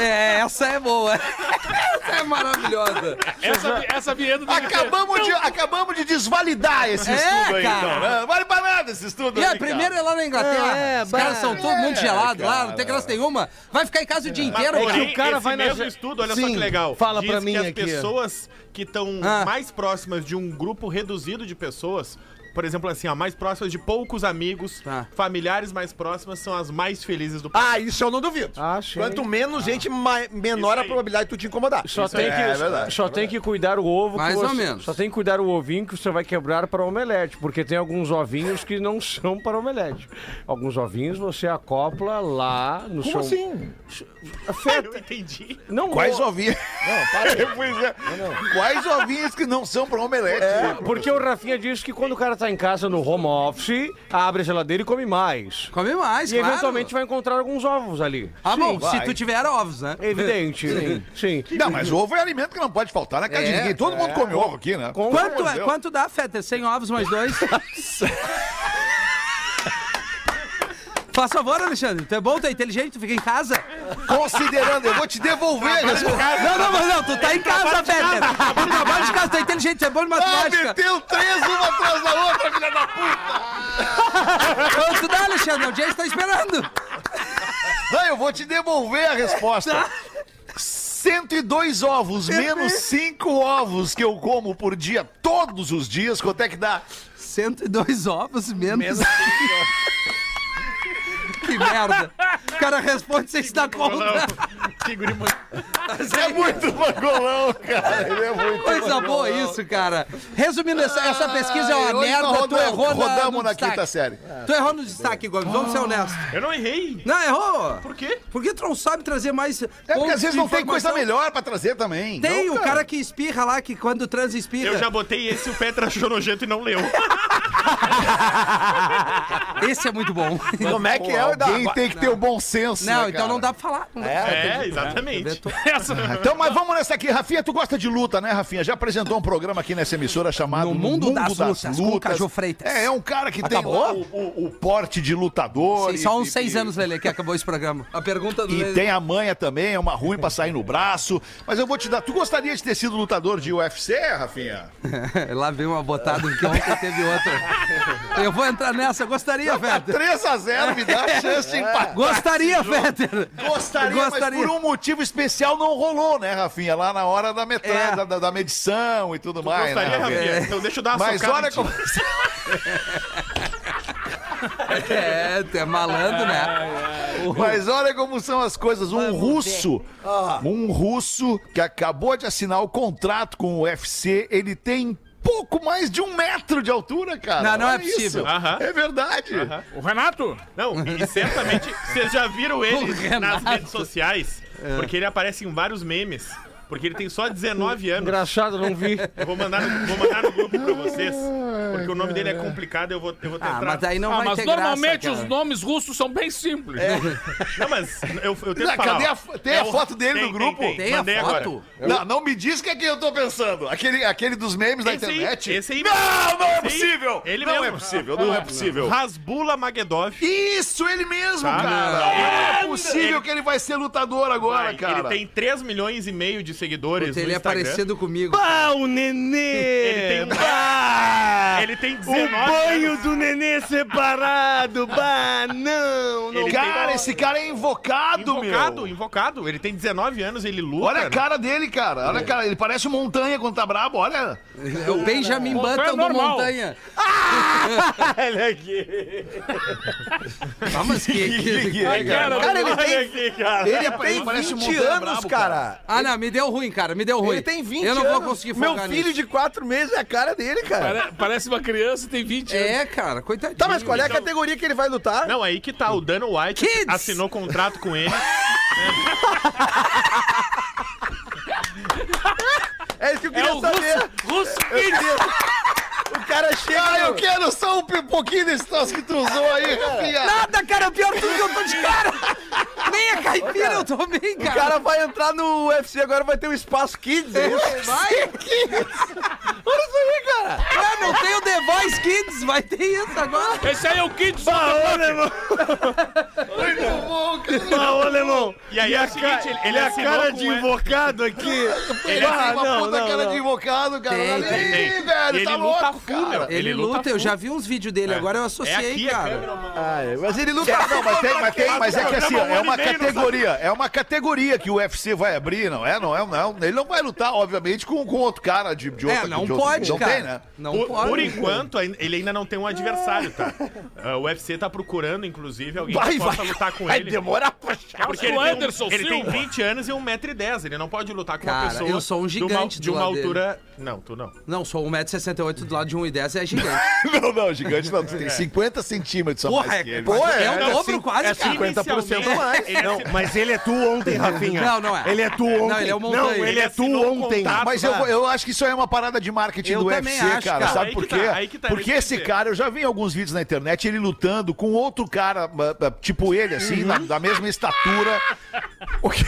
[SPEAKER 5] É, essa é boa. Essa é maravilhosa.
[SPEAKER 4] essa, essa vinheta tem que ter.
[SPEAKER 3] Acabamos de, acabamos de desvalidar esse
[SPEAKER 5] É,
[SPEAKER 3] estudo aí,
[SPEAKER 5] cara.
[SPEAKER 3] então, né? Vale pra nada esse estudo
[SPEAKER 5] E
[SPEAKER 3] aí,
[SPEAKER 5] a primeira
[SPEAKER 3] cara.
[SPEAKER 5] é lá na Inglaterra.
[SPEAKER 6] É,
[SPEAKER 5] Os caras
[SPEAKER 6] bah,
[SPEAKER 5] são todo muito gelado lá, não tem graça nenhuma. Vai ficar em casa o dia inteiro,
[SPEAKER 7] Mas,
[SPEAKER 5] cara.
[SPEAKER 7] porém,
[SPEAKER 6] É o cara
[SPEAKER 7] esse
[SPEAKER 6] vai na
[SPEAKER 7] mesmo
[SPEAKER 6] ja-
[SPEAKER 7] estudo, olha só
[SPEAKER 6] Sim,
[SPEAKER 7] que legal.
[SPEAKER 6] fala pra mim
[SPEAKER 7] que as
[SPEAKER 6] aqui.
[SPEAKER 7] pessoas que estão
[SPEAKER 5] Ah.
[SPEAKER 7] mais próximas de um grupo reduzido de pessoas, por exemplo, assim, ó, mais próximas de poucos amigos,
[SPEAKER 5] Tá.
[SPEAKER 7] familiares mais próximas são as mais felizes do país.
[SPEAKER 8] Ah, isso eu não duvido.
[SPEAKER 9] Achei.
[SPEAKER 8] Quanto menos gente, mai- menor
[SPEAKER 7] Isso
[SPEAKER 8] a
[SPEAKER 7] aí.
[SPEAKER 8] probabilidade de tu te incomodar.
[SPEAKER 9] Só tem, que,
[SPEAKER 3] é verdade,
[SPEAKER 9] só tem que cuidar o ovo. que
[SPEAKER 5] Mais
[SPEAKER 9] você-
[SPEAKER 5] ou menos.
[SPEAKER 9] Só tem que cuidar o ovinho que você vai quebrar para omelete, porque tem alguns ovinhos que não são para omelete. Alguns ovinhos você acopla lá no
[SPEAKER 8] Como
[SPEAKER 9] seu...
[SPEAKER 8] assim?
[SPEAKER 7] Eu entendi.
[SPEAKER 9] Não,
[SPEAKER 3] Quais
[SPEAKER 9] o-
[SPEAKER 3] ovinhos? Pois é. Quais ovinhos que não são pra omelete?
[SPEAKER 5] É,
[SPEAKER 9] Porque o Rafinha disse que quando o cara tá em casa no home office, abre a geladeira e come mais.
[SPEAKER 5] Come mais,
[SPEAKER 9] E
[SPEAKER 5] claro.
[SPEAKER 9] eventualmente vai encontrar alguns ovos ali.
[SPEAKER 5] Ah, bom,
[SPEAKER 3] Sim, vai.
[SPEAKER 5] se tu tiver ovos, né?
[SPEAKER 9] Evidente. Sim. sim.
[SPEAKER 3] Não, mas ovo é alimento que não pode faltar na casa de
[SPEAKER 5] É,
[SPEAKER 3] ninguém. Todo mundo come ovo aqui, né?
[SPEAKER 9] Com-
[SPEAKER 5] Quanto,
[SPEAKER 3] Pelo
[SPEAKER 5] é,
[SPEAKER 3] Deus.
[SPEAKER 5] quanto dá, Fetter? 100 ovos mais dois? Faz favor, Alexandre. Tu é bom, tu é inteligente, tu fica em casa.
[SPEAKER 3] Considerando, eu vou te devolver. Não,
[SPEAKER 5] Não, não, mas não, tu tá em casa, Peter. Tu trabalha de casa, tu é inteligente, tu é bom de matemática.
[SPEAKER 3] meteu três uma atrás da outra, filha da puta.
[SPEAKER 5] Quanto dá, Alexandre? A audiência tá esperando.
[SPEAKER 3] Não, eu vou te devolver a
[SPEAKER 5] Tá.
[SPEAKER 3] resposta. 102 ovos, menos 5 ovos que eu como por dia, todos os dias. Quanto é que dá?
[SPEAKER 5] 102 ovos menos. que merda. O cara responde sem se dar conta. Mas
[SPEAKER 3] É muito mangolão, cara. Ele é muito
[SPEAKER 5] Coisa
[SPEAKER 3] mangolão.
[SPEAKER 5] boa isso, cara. Resumindo, essa, essa pesquisa é
[SPEAKER 3] Ai,
[SPEAKER 5] uma
[SPEAKER 3] hoje
[SPEAKER 5] merda,
[SPEAKER 3] nós
[SPEAKER 5] tu
[SPEAKER 3] rodamos-
[SPEAKER 5] errou na,
[SPEAKER 3] rodamos tá
[SPEAKER 5] no
[SPEAKER 3] na
[SPEAKER 5] destaque.
[SPEAKER 3] quinta série.
[SPEAKER 5] Tu errou no destaque, Gomes, vamos ser honestos.
[SPEAKER 7] Eu não errei.
[SPEAKER 5] Não, errou.
[SPEAKER 7] Por quê?
[SPEAKER 5] Porque tu não sabe trazer mais...
[SPEAKER 3] É porque às vezes não tem coisa melhor pra trazer também.
[SPEAKER 5] Tem o cara que espirra lá, que quando transa espirra.
[SPEAKER 7] Eu já botei esse, o Petra achou nojento e não leu.
[SPEAKER 5] Esse é muito bom.
[SPEAKER 8] Como é que é o da...
[SPEAKER 3] Alguém tem que ter o bom senso.
[SPEAKER 5] não,
[SPEAKER 3] né,
[SPEAKER 5] então
[SPEAKER 3] cara?
[SPEAKER 5] não dá pra falar. Não dá pra falar.
[SPEAKER 7] É, exatamente.
[SPEAKER 3] Ah, Então, mas vamos nessa aqui. Rafinha, tu gosta de luta, né, Rafinha? Já apresentou um programa aqui nessa emissora chamado
[SPEAKER 5] No Mundo das Lutas, com o Caju Freitas.
[SPEAKER 3] É, é um cara que
[SPEAKER 8] Acabou?
[SPEAKER 3] tem o, o- o porte de lutador.
[SPEAKER 5] Sim,
[SPEAKER 3] e-
[SPEAKER 5] só uns
[SPEAKER 3] e-
[SPEAKER 5] seis anos, Lele, que acabou esse programa. A pergunta do
[SPEAKER 3] E
[SPEAKER 5] Lelê-
[SPEAKER 3] tem a manha também, é uma ruim pra sair no braço. Mas eu vou te dar. Tu gostaria de ter sido lutador de UFC, Rafinha?
[SPEAKER 5] Lá veio uma botada que ontem teve outra. Eu vou entrar nessa, gostaria,
[SPEAKER 3] tá-
[SPEAKER 5] Fetter.
[SPEAKER 3] 3x0, me dá a chance de empatar.
[SPEAKER 5] Gostaria, Fetter.
[SPEAKER 3] tá Gostaria,
[SPEAKER 5] É. Gostaria.
[SPEAKER 3] mas por um motivo especial não rolou, né, Rafinha? Lá na hora da metragem,
[SPEAKER 5] É.
[SPEAKER 3] da- da, da medição e tudo mais. né,
[SPEAKER 7] Gostaria,
[SPEAKER 3] Rafinha?
[SPEAKER 7] Rafinha. Então deixa eu dar uma
[SPEAKER 3] Mas
[SPEAKER 7] socada
[SPEAKER 3] olha
[SPEAKER 7] em ti.
[SPEAKER 3] como.
[SPEAKER 5] É, tu é malandro, né?
[SPEAKER 3] Mas olha como são as coisas. Um russo, um russo que acabou de assinar o contrato com o UFC, ele tem pouco mais de um metro de altura, cara.
[SPEAKER 5] Não, não é
[SPEAKER 3] Olha isso.
[SPEAKER 5] possível.
[SPEAKER 7] Aham.
[SPEAKER 3] É verdade.
[SPEAKER 4] O Renato?
[SPEAKER 7] Não, e certamente vocês já viram
[SPEAKER 5] O
[SPEAKER 7] ele nas
[SPEAKER 5] Renato.
[SPEAKER 7] redes sociais, porque ele aparece em vários memes. Porque ele tem só 19 anos.
[SPEAKER 9] Engraçado, não vi.
[SPEAKER 7] Eu vou mandar no, vou mandar no grupo pra vocês. Porque o nome dele é complicado, eu vou, eu vou
[SPEAKER 5] Ah,
[SPEAKER 7] tentar.
[SPEAKER 5] mas aí não
[SPEAKER 4] Ah,
[SPEAKER 5] vai
[SPEAKER 4] mas
[SPEAKER 5] ter
[SPEAKER 4] normalmente
[SPEAKER 5] graça,
[SPEAKER 4] os
[SPEAKER 5] cara.
[SPEAKER 4] nomes russos são bem simples.
[SPEAKER 7] Não, mas eu, eu tento
[SPEAKER 3] Não,
[SPEAKER 7] falar.
[SPEAKER 3] cadê
[SPEAKER 7] ó.
[SPEAKER 3] a fo- tem a
[SPEAKER 7] o-
[SPEAKER 3] foto dele no grupo?
[SPEAKER 5] Tem a
[SPEAKER 7] Mandei
[SPEAKER 5] foto?
[SPEAKER 7] agora.
[SPEAKER 3] Não, não me diz que é quem eu tô pensando. Aquele, aquele dos memes é da
[SPEAKER 7] Esse aí,
[SPEAKER 3] internet.
[SPEAKER 7] esse aí
[SPEAKER 3] Não, não é
[SPEAKER 7] Esse aí,
[SPEAKER 3] possível.
[SPEAKER 7] ele
[SPEAKER 3] não
[SPEAKER 7] mesmo.
[SPEAKER 3] é possível, não é possível.
[SPEAKER 7] Rasbula Magedov.
[SPEAKER 3] Isso, ele mesmo,
[SPEAKER 7] Tá.
[SPEAKER 3] cara. Não é possível que ele vai ser lutador agora,
[SPEAKER 7] Vai,
[SPEAKER 3] cara.
[SPEAKER 7] Ele tem 3 milhões e meio de seguidores
[SPEAKER 5] Puta, Ele
[SPEAKER 7] no
[SPEAKER 5] é
[SPEAKER 7] Instagram.
[SPEAKER 5] parecido comigo.
[SPEAKER 9] Ah, o Nenê!
[SPEAKER 7] Ele tem um- Ele tem 19
[SPEAKER 9] O banho
[SPEAKER 7] anos.
[SPEAKER 9] do Nenê separado! Bah, não! não.
[SPEAKER 7] Ele
[SPEAKER 3] Cara,
[SPEAKER 7] tem-
[SPEAKER 3] esse cara é invocado,
[SPEAKER 7] Invocado,
[SPEAKER 3] meu.
[SPEAKER 7] né? invocado. Ele tem 19 anos, ele luta.
[SPEAKER 3] Olha a cara dele, cara. Olha, a cara, ele parece um montanha quando tá brabo, olha.
[SPEAKER 5] É o Benjamin Button do
[SPEAKER 4] normal.
[SPEAKER 5] Montanha. Ah, mas que... que-
[SPEAKER 4] Cara,
[SPEAKER 8] Cara, ele tem,
[SPEAKER 7] aqui, cara.
[SPEAKER 8] ele tem
[SPEAKER 3] parece um
[SPEAKER 8] 20
[SPEAKER 3] montanha
[SPEAKER 1] né,
[SPEAKER 8] anos,
[SPEAKER 3] brabo,
[SPEAKER 8] cara.
[SPEAKER 5] Ah, não, me deu ruim, cara, me deu ruim.
[SPEAKER 8] Ele tem 20
[SPEAKER 5] Eu
[SPEAKER 8] anos.
[SPEAKER 5] não vou conseguir
[SPEAKER 8] Meu
[SPEAKER 5] focar
[SPEAKER 8] filho
[SPEAKER 5] nisso.
[SPEAKER 8] de 4 meses é a cara dele, cara.
[SPEAKER 4] pare- parece uma criança e tem 20 anos.
[SPEAKER 5] É, cara, coitadinho. Então,
[SPEAKER 8] Tá, mas qual é a categoria que ele vai lutar?
[SPEAKER 7] Não, aí que tá. O Dana White
[SPEAKER 5] Kids!
[SPEAKER 7] assinou contrato com ele.
[SPEAKER 8] É isso que eu
[SPEAKER 4] É
[SPEAKER 8] queria
[SPEAKER 4] o
[SPEAKER 8] saber.
[SPEAKER 4] russo, russo filho.
[SPEAKER 8] O cara chega...
[SPEAKER 3] Ah, eu
[SPEAKER 8] no-
[SPEAKER 3] quero só um pi- pouquinho desse troço que tu usou aí, Rafinha.
[SPEAKER 5] Nada, cara, pior tudo que eu tô de cara. Nem a caipira eu tô bem,
[SPEAKER 8] O
[SPEAKER 5] cara.
[SPEAKER 8] cara vai entrar no UFC, agora vai ter um espaço kids. é isso?
[SPEAKER 5] Vai?
[SPEAKER 8] Olha isso aí, cara.
[SPEAKER 5] Ah, não tem o The Voice Kids, vai ter isso agora.
[SPEAKER 4] Esse aí é o Kid
[SPEAKER 9] Ah, ô, Lemão!
[SPEAKER 7] E aí é o seguinte, ele, ele assinou com ele.
[SPEAKER 9] invocado aqui!
[SPEAKER 3] Ele tem uma
[SPEAKER 9] não,
[SPEAKER 3] puta
[SPEAKER 9] não,
[SPEAKER 3] cara
[SPEAKER 9] não.
[SPEAKER 3] de invocado, cara.
[SPEAKER 5] Tem,
[SPEAKER 3] Olha
[SPEAKER 5] tem,
[SPEAKER 3] ali, velho,
[SPEAKER 7] tem. E
[SPEAKER 3] tá
[SPEAKER 7] ele luta
[SPEAKER 3] louco,
[SPEAKER 7] full,
[SPEAKER 3] cara.
[SPEAKER 7] meu.
[SPEAKER 5] Ele,
[SPEAKER 7] Ele
[SPEAKER 5] luta,
[SPEAKER 7] luta
[SPEAKER 5] eu já vi uns vídeos dele, agora eu
[SPEAKER 7] É
[SPEAKER 5] associei,
[SPEAKER 7] aqui,
[SPEAKER 5] cara.
[SPEAKER 7] é câmera,
[SPEAKER 8] Ai, mas ele luta...
[SPEAKER 3] Não, mas tem, mas tem, mas é que assim, ó,
[SPEAKER 7] Programa um
[SPEAKER 3] é uma
[SPEAKER 7] ano e meio, não
[SPEAKER 3] categoria, é uma categoria que o UFC vai abrir, não é? Não é, não. Ele não vai lutar, obviamente, com, com outro cara de, de
[SPEAKER 7] tá
[SPEAKER 3] outra
[SPEAKER 5] É, não
[SPEAKER 3] de outro-
[SPEAKER 5] pode,
[SPEAKER 3] não
[SPEAKER 5] cara.
[SPEAKER 3] tem, né?
[SPEAKER 5] Não
[SPEAKER 7] Por,
[SPEAKER 5] pode.
[SPEAKER 7] por enquanto, ain- ele ainda não tem um adversário, tá? Ah, o UFC tá procurando, inclusive, alguém
[SPEAKER 8] Vai,
[SPEAKER 7] que possa
[SPEAKER 8] vai.
[SPEAKER 7] lutar com
[SPEAKER 8] Vai
[SPEAKER 7] ele.
[SPEAKER 8] demorar pra achar.
[SPEAKER 7] Porque
[SPEAKER 4] É o
[SPEAKER 7] ele, tem, um
[SPEAKER 4] Anderson
[SPEAKER 7] ele tem
[SPEAKER 4] Silva.
[SPEAKER 7] 20 anos e 1,10m. Ele não pode lutar com
[SPEAKER 5] Cara,
[SPEAKER 7] uma pessoa.
[SPEAKER 5] eu sou um
[SPEAKER 7] de uma-
[SPEAKER 5] gigante
[SPEAKER 7] De
[SPEAKER 5] do
[SPEAKER 7] uma,
[SPEAKER 5] lado dele.
[SPEAKER 7] altura. Não, É tu não.
[SPEAKER 5] Não, sou 1,68m do lado de 1,10m, é gigante.
[SPEAKER 3] Não, não, gigante não. Tu tem 50 centímetros a mais
[SPEAKER 5] Porra, é-
[SPEAKER 3] que ele.
[SPEAKER 8] Pô,
[SPEAKER 5] é, o
[SPEAKER 8] é
[SPEAKER 5] dobro
[SPEAKER 8] cin-
[SPEAKER 5] quase,
[SPEAKER 8] é
[SPEAKER 5] cara.
[SPEAKER 8] 50% a mais.
[SPEAKER 7] assim, Ele
[SPEAKER 9] Não, mas ele é tu ontem, Rafinha.
[SPEAKER 5] Não, não é.
[SPEAKER 9] Ele é tu ontem.
[SPEAKER 5] ele é o
[SPEAKER 9] Não,
[SPEAKER 5] Montanha.
[SPEAKER 9] ele
[SPEAKER 7] Ele
[SPEAKER 9] é tu
[SPEAKER 7] assinou um
[SPEAKER 9] ontem.
[SPEAKER 7] contrato.
[SPEAKER 3] Mas eu, vou- eu acho que isso aí é uma parada de marketing
[SPEAKER 5] Eu
[SPEAKER 3] do
[SPEAKER 5] também
[SPEAKER 3] UFC,
[SPEAKER 5] acho,
[SPEAKER 3] cara.
[SPEAKER 5] cara.
[SPEAKER 3] Sabe
[SPEAKER 7] Aí
[SPEAKER 3] por
[SPEAKER 7] que
[SPEAKER 3] quê?
[SPEAKER 7] tá, aí que tá,
[SPEAKER 3] Porque
[SPEAKER 7] eu ia
[SPEAKER 3] esse
[SPEAKER 7] dizer.
[SPEAKER 3] cara, eu já vi em alguns vídeos na internet ele lutando com outro cara,
[SPEAKER 5] Uhum.
[SPEAKER 3] ah, ah, tipo ele, assim, da, da mesma estatura. O que-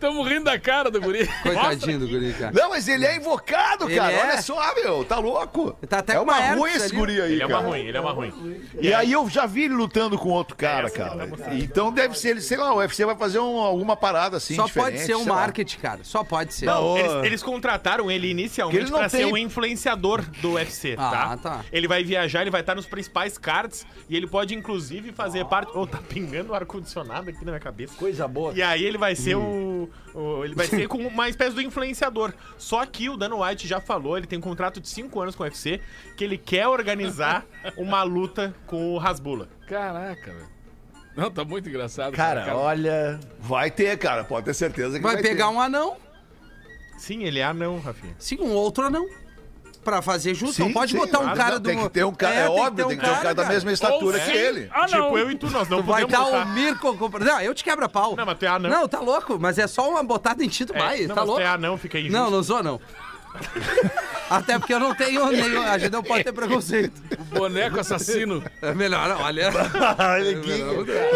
[SPEAKER 4] Tamo rindo da cara do guri.
[SPEAKER 5] Coitadinho do guri, cara.
[SPEAKER 3] Não, mas ele é invocado,
[SPEAKER 5] Ele
[SPEAKER 3] cara.
[SPEAKER 5] é.
[SPEAKER 3] Olha só, meu. Tá louco?
[SPEAKER 5] Tá até
[SPEAKER 3] é
[SPEAKER 5] com
[SPEAKER 3] uma
[SPEAKER 5] uma herpes
[SPEAKER 3] ruim esse
[SPEAKER 5] ali.
[SPEAKER 3] guri aí,
[SPEAKER 7] Ele é uma
[SPEAKER 3] cara.
[SPEAKER 7] ruim, ele é uma ruim.
[SPEAKER 3] E aí eu já vi ele lutando com outro cara, cara. Então deve ser ele, sei lá, o UFC vai fazer um- alguma parada assim.
[SPEAKER 5] Só
[SPEAKER 3] diferente,
[SPEAKER 5] pode ser um
[SPEAKER 3] sei lá.
[SPEAKER 5] marketing, cara. Só pode ser.
[SPEAKER 7] Eles, eles contrataram ele
[SPEAKER 3] Ele
[SPEAKER 7] inicialmente
[SPEAKER 3] não
[SPEAKER 7] pra ser
[SPEAKER 3] tem-
[SPEAKER 7] um influenciador do UFC,
[SPEAKER 5] Ah,
[SPEAKER 7] tá?
[SPEAKER 5] tá.
[SPEAKER 7] Ele vai viajar, ele vai estar nos principais cards e ele pode, inclusive, fazer parte. Ô, tá pingando o ar-condicionado aqui na minha cabeça.
[SPEAKER 8] Coisa boa.
[SPEAKER 7] E aí ele vai ser
[SPEAKER 5] Hum.
[SPEAKER 7] o, o- Ele vai ser com uma espécie do influenciador. Só que o Dana White já falou, ele tem um contrato de 5 anos com o UFC, que ele quer organizar uma luta com o Rasbula.
[SPEAKER 4] Caraca, velho. Não, tá muito engraçado.
[SPEAKER 8] Cara, olha.
[SPEAKER 3] Vai ter, cara. Pode ter certeza que vai,
[SPEAKER 5] Vai pegar
[SPEAKER 3] ter.
[SPEAKER 5] um anão,
[SPEAKER 7] Sim, ele é anão, Rafinha.
[SPEAKER 5] sim, um outro anão. Pra fazer junto.
[SPEAKER 3] Sim,
[SPEAKER 5] não pode
[SPEAKER 3] sim,
[SPEAKER 5] botar um
[SPEAKER 3] claro.
[SPEAKER 5] cara
[SPEAKER 3] Não,
[SPEAKER 5] do.
[SPEAKER 3] Tem que ter um cara, é,
[SPEAKER 5] tem que ter
[SPEAKER 3] óbvio, tem que ter um cara, da
[SPEAKER 5] cara.
[SPEAKER 3] mesma estatura que ele.
[SPEAKER 4] Ah, não.
[SPEAKER 7] Tipo, eu e tu, nós não
[SPEAKER 5] Vai dar
[SPEAKER 7] podemos lutar.
[SPEAKER 5] o Mirko. compra- Não, eu te quebra pau.
[SPEAKER 7] Não, mas tu é anão.
[SPEAKER 5] Não, tá louco, mas é só uma botada em Tito
[SPEAKER 7] É,
[SPEAKER 5] Bai. Tá
[SPEAKER 7] não, mas tu
[SPEAKER 5] louco?
[SPEAKER 7] é anão, fica aí.
[SPEAKER 5] Não, não sou não. Até porque eu não tenho nenhum. A gente não pode ter preconceito.
[SPEAKER 4] Boneco assassino.
[SPEAKER 5] É melhor, não, olha.
[SPEAKER 8] Olha aqui.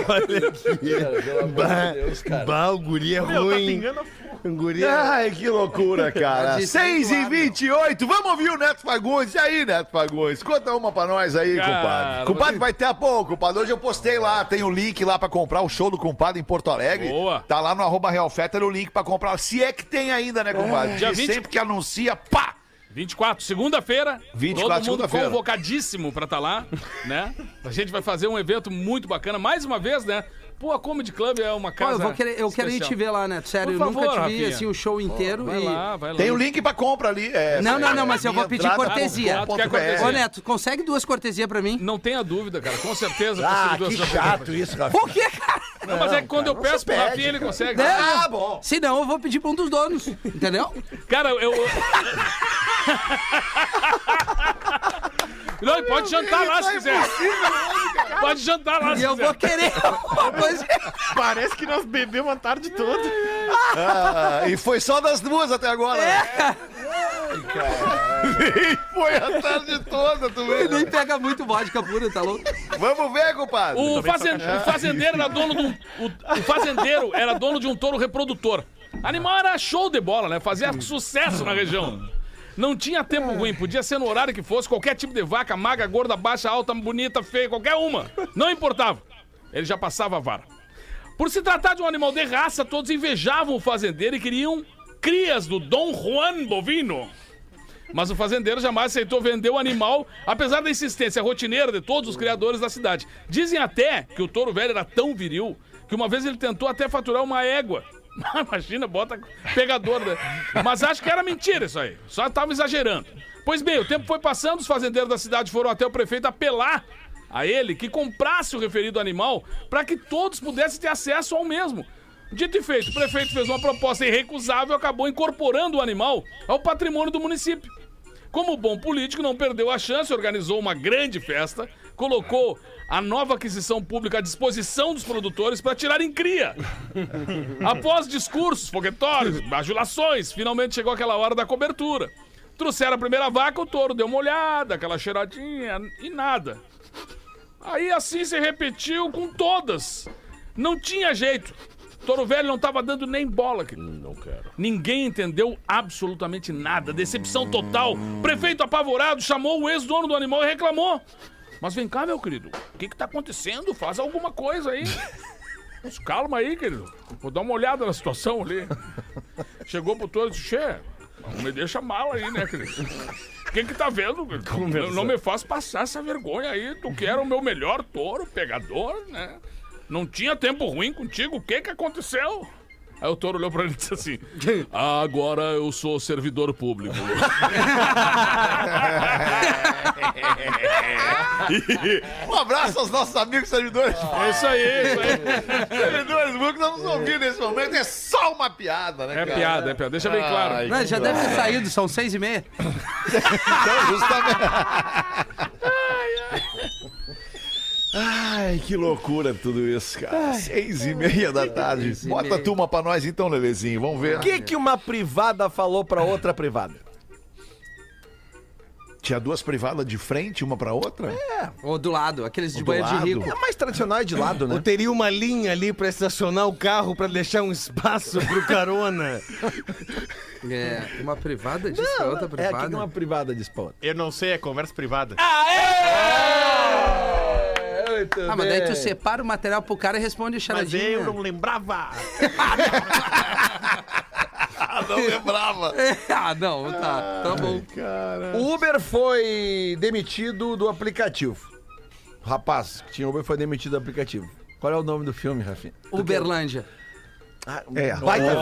[SPEAKER 8] Olha aqui. Bah, bah, o guri é
[SPEAKER 7] Meu, tá
[SPEAKER 8] ruim.
[SPEAKER 7] pingando a
[SPEAKER 8] O guri é-
[SPEAKER 3] Ai, que loucura, cara.
[SPEAKER 5] Pode ser
[SPEAKER 3] 6 e
[SPEAKER 5] zoado.
[SPEAKER 3] 28 Vamos ouvir o Neto Fagundes. E aí, Neto Fagundes? Conta uma pra nós aí,
[SPEAKER 4] Cara,
[SPEAKER 3] compadre. Compadre, vai ter a pouco, compadre. Hoje eu postei lá, tem o link lá pra comprar o show do compadre em Porto Alegre.
[SPEAKER 4] Boa.
[SPEAKER 3] Tá lá no arroba Real Fetter o link pra comprar. Se é que tem ainda, né, compadre?
[SPEAKER 4] Dia
[SPEAKER 3] Diz
[SPEAKER 4] 20.
[SPEAKER 3] Sempre que anuncia, pá!
[SPEAKER 4] 24, segunda-feira.
[SPEAKER 3] 24,
[SPEAKER 4] Todo mundo
[SPEAKER 3] segunda-feira.
[SPEAKER 4] convocadíssimo pra estar lá, né? A gente vai fazer um evento muito bacana. Mais uma vez, né? Pô, a Comedy Club é uma
[SPEAKER 5] Pô,
[SPEAKER 4] casa
[SPEAKER 5] eu vou querer, eu quero ir te ver lá, né? Sério,
[SPEAKER 4] Por
[SPEAKER 5] eu nunca
[SPEAKER 4] favor,
[SPEAKER 5] te vi
[SPEAKER 4] Rafinha.
[SPEAKER 5] assim o show inteiro
[SPEAKER 4] Vai
[SPEAKER 5] e
[SPEAKER 4] lá, vai lá.
[SPEAKER 3] Tem um o link pra compra ali. é,
[SPEAKER 5] Não, não, não, mas eu vou pedir
[SPEAKER 3] entrada
[SPEAKER 5] cortesia.
[SPEAKER 3] ponto com
[SPEAKER 4] Quer
[SPEAKER 3] ponto BR.
[SPEAKER 4] cortesia?
[SPEAKER 5] Ô Neto, consegue duas cortesias pra mim?
[SPEAKER 4] Não tenha dúvida, cara. Com certeza.
[SPEAKER 8] Ah,
[SPEAKER 4] consigo
[SPEAKER 8] que
[SPEAKER 4] duas-
[SPEAKER 8] chato isso, cara.
[SPEAKER 5] Por quê, cara?
[SPEAKER 4] Não, mas é que quando eu peço pro
[SPEAKER 8] pede,
[SPEAKER 4] Rafinha, ele consegue.
[SPEAKER 5] Né?
[SPEAKER 8] bom.
[SPEAKER 5] Se não, eu vou pedir pra um dos donos, entendeu?
[SPEAKER 4] Cara, eu. eu- Não, e pode jantar lá se quiser. Pode jantar lá
[SPEAKER 5] E
[SPEAKER 4] se
[SPEAKER 5] eu vou
[SPEAKER 4] quiser.
[SPEAKER 5] querer uma coisa.
[SPEAKER 7] Parece que nós bebemos a tarde toda.
[SPEAKER 3] Ah, e foi só das duas até agora.
[SPEAKER 5] É.
[SPEAKER 3] Ai, cara. foi a tarde Tá toda, tu vê. né?
[SPEAKER 5] Nem pega muito vodka pura, tá louco?
[SPEAKER 3] Vamos ver, compadre.
[SPEAKER 4] O, fazen- o fazendeiro era dono de um. O, o fazendeiro era dono de um touro reprodutor. Animal era show de bola, né? Fazia sucesso na região. Não tinha tempo ruim, podia ser no horário que fosse, qualquer tipo de vaca, magra, gorda, baixa, alta, bonita, feia, qualquer uma. Não importava. Ele já passava a vara. Por se tratar de um animal de raça, todos invejavam o fazendeiro e queriam crias do Dom Juan Bovino. Mas o fazendeiro jamais aceitou vender o animal, apesar da insistência rotineira de todos os criadores da cidade. Dizem até que o touro velho era tão viril que uma vez ele tentou até faturar uma égua. Ah, Imagina, bota pegador, né? Mas acho que era mentira isso aí. Só estava exagerando. Pois bem, o tempo foi passando, os fazendeiros da cidade foram até o prefeito apelar a ele que comprasse o referido animal para que todos pudessem ter acesso ao mesmo. Dito e feito, o prefeito fez uma proposta irrecusável e acabou incorporando o animal ao patrimônio do município. Como bom político, não perdeu a chance, organizou uma grande festa, colocou a nova aquisição pública à disposição dos produtores para tirarem cria. Após discursos, foguetórios, bajulações, finalmente chegou aquela hora da cobertura. Trouxeram a primeira vaca, o touro deu uma olhada, aquela cheiradinha e nada. Aí assim se repetiu com todas. Não tinha jeito. Toro Velho não tava dando nem bola. querido. Ninguém entendeu absolutamente nada. Decepção total. Prefeito apavorado chamou o ex-dono do animal e reclamou. Mas vem cá, meu querido. O que que tá acontecendo? Faz alguma coisa aí. Mas calma aí, querido. Vou dar uma olhada na situação ali. Chegou pro touro e disse, Xê, não me deixa mal aí, né, querido? Quem que tá vendo? Não, não me faz passar essa vergonha aí. Tu que era o meu melhor touro, pegador, né? Não tinha tempo ruim contigo. O que que aconteceu? Aí o touro olhou pra ele e disse assim: Agora eu sou servidor público.
[SPEAKER 3] Um abraço aos nossos amigos servidores.
[SPEAKER 4] É isso aí, é isso aí.
[SPEAKER 3] servidores, o que estamos ouvindo nesse momento é só uma piada, né,
[SPEAKER 4] É
[SPEAKER 3] cara?
[SPEAKER 4] piada, é piada. Deixa bem claro.
[SPEAKER 3] Ai,
[SPEAKER 5] Não, já deve ter saído, são seis e meia.
[SPEAKER 3] Então, justamente. Ai, que loucura tudo isso, cara. Seis e meia da tarde.
[SPEAKER 5] e
[SPEAKER 3] Bota
[SPEAKER 5] meia.
[SPEAKER 3] a turma pra nós então, Lelezinho. Vamos ver.
[SPEAKER 8] O que, que uma privada falou pra outra privada?
[SPEAKER 3] Tinha duas privadas de frente, uma pra outra?
[SPEAKER 5] Ou do lado, aqueles de
[SPEAKER 3] do
[SPEAKER 5] banheiro de
[SPEAKER 3] lado.
[SPEAKER 8] A
[SPEAKER 5] rico.
[SPEAKER 8] mais tradicional é de lado, né?
[SPEAKER 6] Eu teria uma linha ali pra estacionar o carro pra deixar um espaço pro carona.
[SPEAKER 5] É, uma privada disso, é
[SPEAKER 8] É,
[SPEAKER 5] outra
[SPEAKER 8] aqui
[SPEAKER 5] privada.
[SPEAKER 8] tem uma privada de spawn.
[SPEAKER 7] Eu não sei, é conversa privada.
[SPEAKER 5] Ah, mas
[SPEAKER 8] É.
[SPEAKER 5] daí tu separa o material pro cara e responde a
[SPEAKER 7] mas
[SPEAKER 5] charadinha.
[SPEAKER 7] eu não lembrava.
[SPEAKER 3] Não lembrava.
[SPEAKER 5] ah, não, tá,
[SPEAKER 3] é.
[SPEAKER 5] tá bom.
[SPEAKER 8] O Uber foi demitido do aplicativo. O rapaz que tinha Uber foi demitido do aplicativo. Qual é o nome do filme, Rafinha?
[SPEAKER 5] Uberlândia.
[SPEAKER 8] É, baita